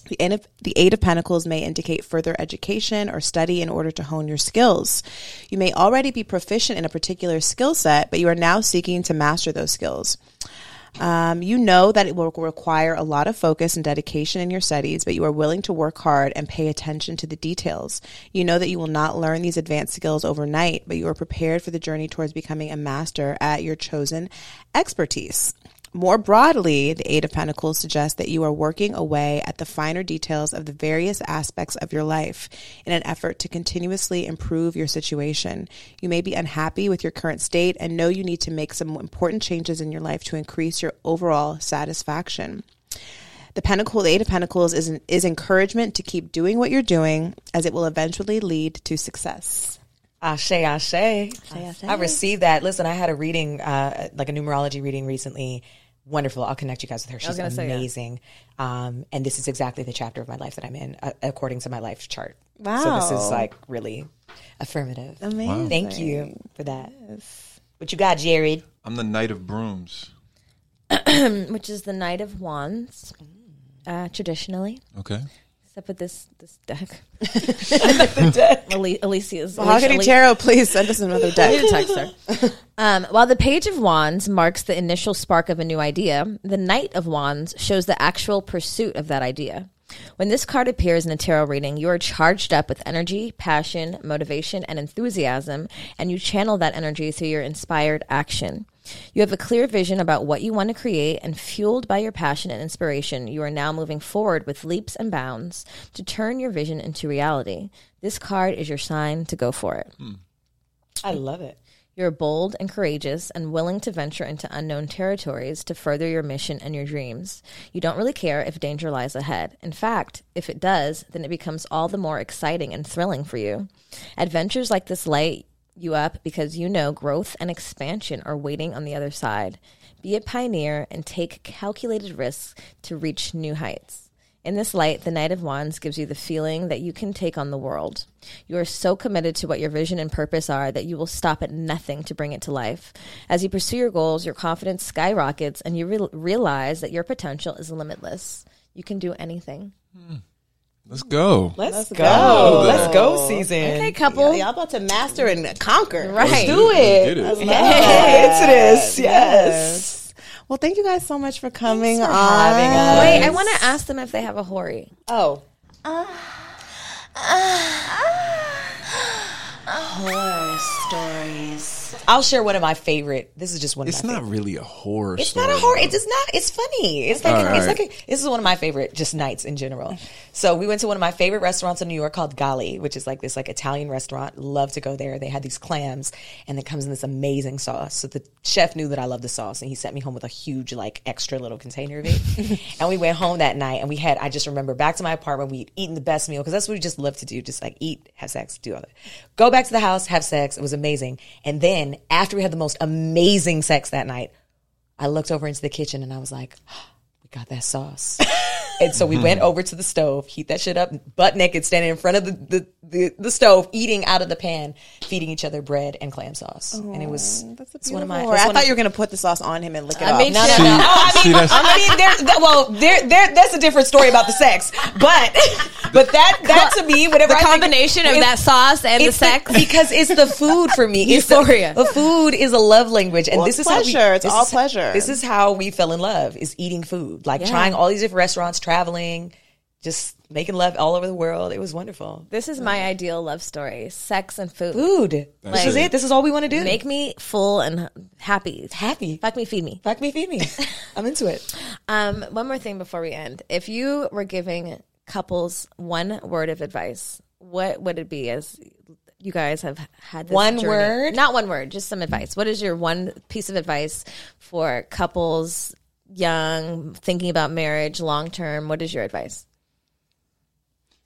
S1: The, end of, the Eight of Pentacles may indicate further education or study in order to hone your skills. You may already be proficient in a particular skill set, but you are now seeking to master those skills. Um, you know that it will require a lot of focus and dedication in your studies, but you are willing to work hard and pay attention to the details. You know that you will not learn these advanced skills overnight, but you are prepared for the journey towards becoming a master at your chosen expertise. More broadly, the Eight of Pentacles suggests that you are working away at the finer details of the various aspects of your life in an effort to continuously improve your situation. You may be unhappy with your current state and know you need to make some important changes in your life to increase your overall satisfaction. The Pentacle, the Eight of Pentacles, is, an, is encouragement to keep doing what you're doing as it will eventually lead to success.
S3: Ashe, ashe. I received that. Listen, I had a reading, uh, like a numerology reading recently. Wonderful. I'll connect you guys with her. She's
S2: gonna say, yeah.
S3: amazing. Um, and this is exactly the chapter of my life that I'm in, uh, according to my life chart. So this
S1: Wow.
S3: is like really affirmative.
S1: Amazing.
S3: Thank you for that. What you got, Jared?
S4: I'm the knight of brooms.
S2: Which is the Knight of Wands, uh, traditionally.
S4: Okay.
S2: Except with this this deck. Ali- Alicia's. Alicia-
S1: Mahogany
S2: Ali-
S1: Tarot, please send us another
S2: I need
S1: deck.
S2: to text her. Um, while the Page of Wands marks the initial spark of a new idea, the Knight of Wands shows the actual pursuit of that idea. When this card appears in a tarot reading, you are charged up with energy, passion, motivation, and enthusiasm, and you channel that energy through your inspired action. You have a clear vision about what you want to create, and fueled by your passion and inspiration, you are now moving forward with leaps and bounds to turn your vision into reality. This card is your sign to go for it.
S3: I love it.
S2: You're bold and courageous and willing to venture into unknown territories to further your mission and your dreams. You don't really care if danger lies ahead. In fact, if it does, then it becomes all the more exciting and thrilling for you. Adventures like this light you up because you know growth and expansion are waiting on the other side. Be a pioneer and take calculated risks to reach new heights. In this light, the Knight of Wands gives you the feeling that you can take on the world. You are so committed to what your vision and purpose are that you will stop at nothing to bring it to life. As you pursue your goals, your confidence skyrockets and you re- realize that your potential is limitless. You can do anything.
S4: Let's go.
S3: Let's, go.
S1: go.
S3: Let's go, season.
S2: Hey, couple.
S1: Y'all about to master and conquer.
S2: Right.
S3: Do it.
S4: Did it.
S3: Yes, it is. Yes.
S1: Yes. Well, thank you guys so much for coming on.
S2: Wait, I want to ask them if they have a hori.
S3: Oh. Horror stories. I'll share one of my favorite. This is just one.
S4: It's
S3: of my
S4: not
S3: favorite.
S4: really a horror.
S3: It's
S4: story,
S3: not a horror.
S4: though.
S3: It's just not. It's funny. It's like.
S4: All
S3: It's
S4: right.
S3: like. A, this is one of my favorite just nights in general. So we went to one of my favorite restaurants in New York called Gali, which is like this like Italian restaurant. Love to go there. They had these clams, and it comes in this amazing sauce. So the chef knew that I loved the sauce, and he sent me home with a huge like extra little container of it. and we went home that night, and we had. I just remember back to my apartment. We'd eaten the best meal because that's what we just love to do. Just like eat, have sex, do all that. Go back to the house, have sex. It was amazing. And then after we had the most amazing sex that night. I looked over into the kitchen and I was like, we got that sauce. and so we went over to the stove, heat that shit up, butt naked, standing in front of the, the, the, the stove, eating out of the pan, feeding each other bread and clam sauce. and it was
S1: That's a
S3: it's one
S1: beautiful
S3: of my.
S1: horror.
S3: that's
S1: I
S3: one
S1: thought
S3: of-
S1: you were going to put the sauce on him and lick it
S2: I
S1: off.
S2: made
S3: No,
S2: sure.
S4: See-
S3: no, no. Oh, I
S4: see,
S3: mean,
S4: that's-
S3: I mean there, that- well, there, there, that's a different story about the sex. But, but that, that to me, whatever
S2: The
S3: I think-
S2: combination of
S3: it's-
S2: that sauce and the
S3: it's
S2: sex.
S3: because it's the food for me. It's
S2: Euphoria.
S3: The, the food is a love language, and
S1: Well,
S3: this is How
S1: pleasure.
S3: we,
S1: It's
S3: this
S1: all
S3: is-
S1: pleasure.
S3: This is how we fell in love: is eating food, like
S2: Yeah.
S3: trying all these different restaurants, traveling, just making love all over the world. It was wonderful.
S2: This is my ideal love story: sex and food.
S3: Food. this is
S4: it.
S3: it. This is all we want to do.
S2: Make me full and happy.
S3: happy.
S2: Fuck me, feed me.
S3: Fuck me, feed me. I'm into it.
S2: Um, one more thing before we end. If you were giving couples one word of advice, what would it be as you guys have had this
S3: One
S2: journey?
S3: word?
S2: Not one word, just some advice. What is your one piece of advice for couples young, thinking about marriage long term? What is your advice?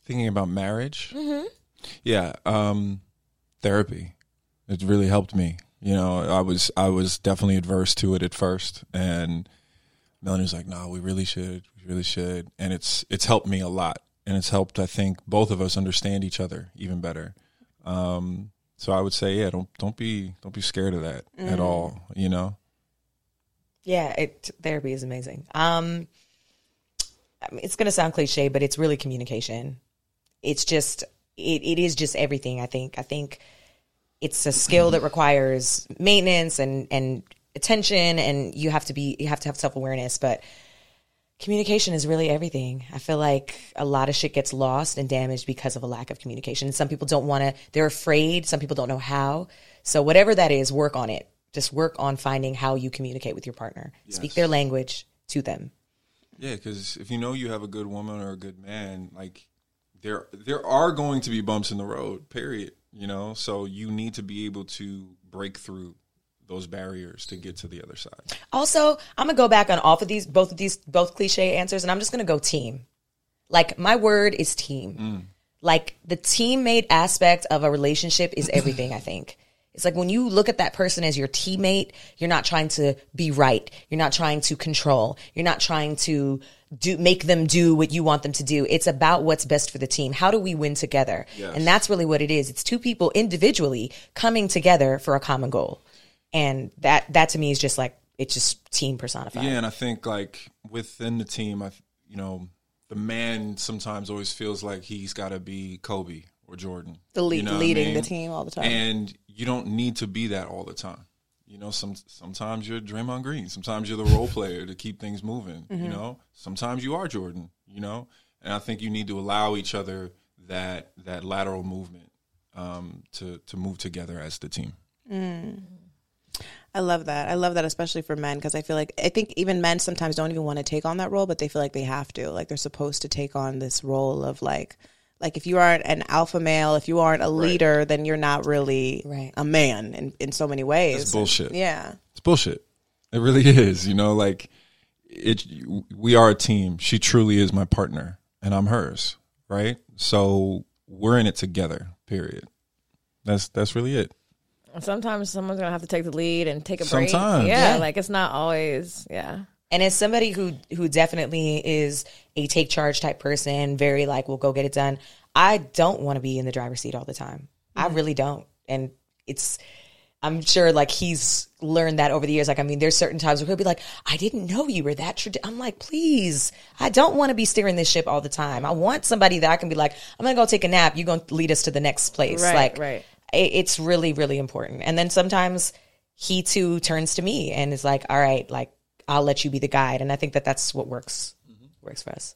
S4: thinking about marriage.
S3: Mm-hmm.
S4: Yeah, um, therapy. It really helped me. You know, I was I was definitely adverse to it at first, and Melanie was like, "No, we really should. We really should." And it's it's helped me a lot, and it's helped I think both of us understand each other even better. Um, so I would say, yeah, don't don't be don't be scared of that
S3: Mm.
S4: at all. You know,
S3: Yeah, it therapy is amazing. Um, I mean, it's gonna sound cliche, but it's really communication. It's just it, it is just everything. I think I think it's a skill that requires maintenance and and attention, and you have to be you have to have self awareness, but. Communication is really everything. I feel like a lot of shit gets lost and damaged because of a lack of communication. Some people don't want to, they're afraid. Some people don't know how. So, whatever that is, work on it. Just work on finding how you communicate with your partner. Speak their language to them.
S4: Yeah, because if you know you have a good woman or a good man, like there there are going to be bumps in the road. Period. You know, so you need to be able to break through those barriers to get to the other side.
S3: Also, I'm gonna go back on off of these, both of these, both cliche answers, and I'm just gonna go team. Like my word is team. Like the teammate aspect of a relationship is everything. I think it's like when you look at that person as your teammate, you're not trying to be right. You're not trying to control. You're not trying to do make them do what you want them to do. It's about what's best for the team. How do we win together? And that's really what it is. It's two people individually coming together for a common goal and that that to me is just like it's just team personified.
S4: Yeah, and I think like within the team, I th- you know the man sometimes always feels like he's got to be Kobe or Jordan,
S1: The lead-
S4: You know what I
S1: leading the team all the time.
S4: and you don't need to be that all the time. You know, some sometimes you're Draymond Green, sometimes you're the role player to keep things moving.
S1: Mm-hmm.
S4: You know, sometimes you are Jordan. You know, and I think you need to allow each other that that lateral movement um, to to move together as the team.
S1: I love that. I love that, especially for men, because I feel like I think even men sometimes don't even want to take on that role, but they feel like they have to. Like they're supposed to take on this role of like, like if you aren't an alpha male, if you aren't a leader, then you're not really
S3: Right.
S1: a man in, in so many ways.
S4: That's bullshit.
S1: Yeah.
S4: it's bullshit. It really is. You know, like it. We are a team. She truly is my partner, and I'm hers. Right. So we're in it together. Period. That's that's really it.
S2: Sometimes someone's gonna have to take the lead and take a
S4: break. Sometimes.
S2: break. Yeah,
S4: Yeah,
S2: like it's not always. Yeah,
S3: And as somebody who who definitely is a take charge type person, very like we'll go get it done. I don't want to be in the driver's seat all the time.
S2: Mm-hmm.
S3: I really don't. And it's I'm sure like he's learned that over the years. Like I mean, there's certain times where he'll be like, "I didn't know you were that." Trad-. I'm like, please, I don't want to be steering this ship all the time. I want somebody that I can be like, "I'm gonna go take a nap. You're gonna lead us to the next place."
S2: Right,
S3: like,
S2: right.
S3: it, it's really really important and then sometimes he too turns to me and is like all right like I'll let you be the guide. And I think that that's what works works for us.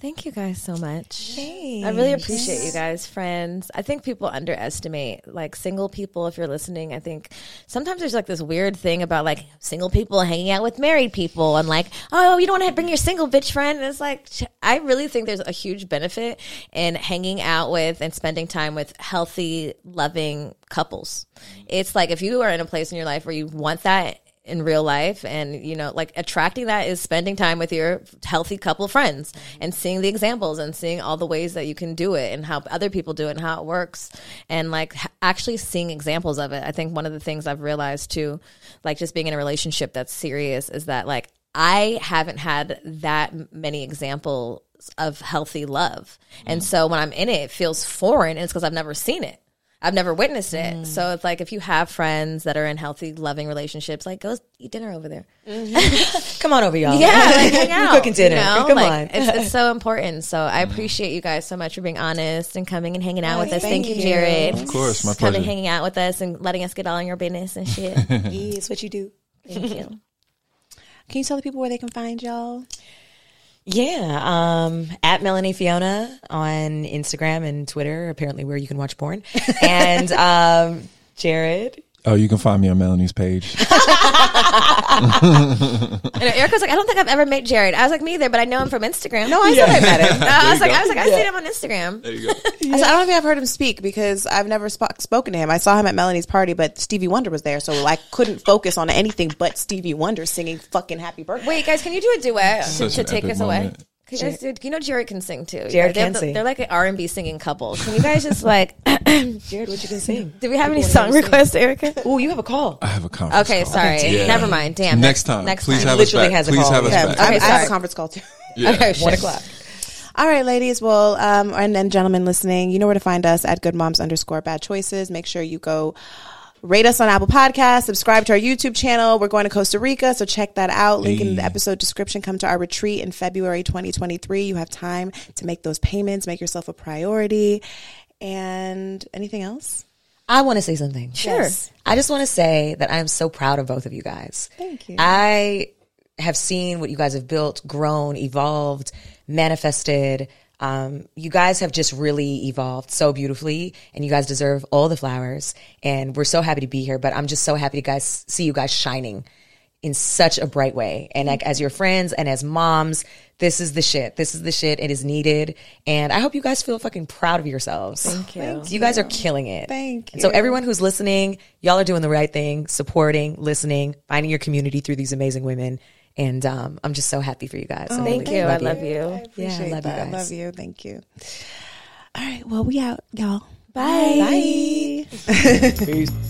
S2: Thank you guys so much. I really appreciate you guys, friends. I think people underestimate like single people. If you're listening, I think sometimes there's like this weird thing about like single people hanging out with married people and like, oh, you don't want to bring your single bitch friend. And it's like, ch- I really think there's a huge benefit in hanging out with and spending time with healthy, loving couples. It's like if you are in a place in your life where you want that in real life and you know like attracting that is spending time with your healthy couple friends and seeing the examples and seeing all the ways that you can do it and how other people do it and how it works and like h- actually seeing examples of it i think one of the things i've realized too like just being in a relationship that's serious is that like i haven't had that m- many examples of healthy love and so when i'm in it it feels foreign and it's because i've never seen it I've never witnessed it. So it's like if you have friends that are in healthy, loving relationships, like go eat dinner over there.
S3: Come on over, y'all.
S2: Oh, Yeah, like hang
S3: We're
S2: out.
S3: cooking dinner.
S2: you know?
S3: Come
S2: Like,
S3: on.
S2: It's, it's so important. So I appreciate you guys so much for being honest and coming and hanging out with us. Thank, you, Jared.
S4: Of course, my
S2: Coming
S4: pleasure.
S2: and hanging out with us and letting us get all in your business and shit.
S1: Yes, what you do.
S2: Thank you.
S1: Can you tell the people where they can find y'all?
S3: Yeah, um, at Melanie Fiona on Instagram and Twitter, apparently where you can watch porn. And um, Jared,
S4: Oh, you can find me on Melanie's page.
S2: And Erica's like, I don't think I've ever met Jared. I was like, me either, but I know him from Instagram. No, I said I met him. I was like, I was like, I've seen him on Instagram.
S4: there you go.
S1: I said, I don't think I've heard him speak because I've never sp- spoken to him. I saw him at Melanie's party, but Stevie Wonder was there, so I couldn't focus on anything but Stevie Wonder singing fucking Happy Birthday.
S2: Wait, guys, can you do a duet to,
S4: Such
S2: to
S4: an
S2: take
S4: epic
S2: us away?
S4: moment.
S2: Can you, guys do, you know Jared can sing too.
S3: Jared
S2: they're,
S3: can sing.
S2: They're like an R and B singing couple. Can you guys just like? do
S3: Jared, what you can sing?
S2: we have any song requests, Erica?
S3: Oh, you have a call.
S4: I have a conference.
S2: Okay,
S4: call.
S2: sorry.
S4: Yeah.
S2: Never mind. Damn.
S4: Next time,
S2: Next
S4: please
S2: time.
S4: have
S3: Literally
S4: us back.
S3: has a
S4: please
S3: call.
S4: have us
S3: Yeah,
S1: Um,
S4: back.
S1: I, have,
S2: Okay,
S1: I have
S2: sorry.
S1: a conference call too.
S4: Yeah.
S3: One o'clock.
S1: All right, ladies. Well, um, and, and gentlemen listening, you know where to find us at Good Moms underscore Bad Choices. Make sure you go rate us on Apple Podcasts, subscribe to our YouTube channel. We're going to Costa Rica, so check that out. Link in the episode description. Come to our retreat in February 2023. You have time to make those payments, make yourself a priority, and anything else.
S3: I want to say something.
S2: Sure. Yes.
S3: I just want to say that I am so proud of both of you guys.
S1: Thank you.
S3: I have seen what you guys have built, grown, evolved, manifested. Um, you guys have just really evolved so beautifully, and you guys deserve all the flowers. And we're so happy to be here. But I'm just so happy to guys see you guys shining in such a bright way. And like as your friends and as moms, this is the shit. This is the shit. It is needed. And I hope you guys feel fucking proud of yourselves. Thank you. you guys are killing it.
S1: Thank
S3: And so
S1: you.
S3: everyone who's listening, y'all are doing the right thing, supporting, listening, finding your community through these amazing women. And um, I'm just so happy for you guys. I
S2: Thank
S3: really
S2: you. I love you.
S3: Yeah, I love
S1: that.
S3: you guys.
S1: Love you. Thank you. All right. Well, we out, y'all.
S2: Bye.
S1: Bye.
S3: Peace.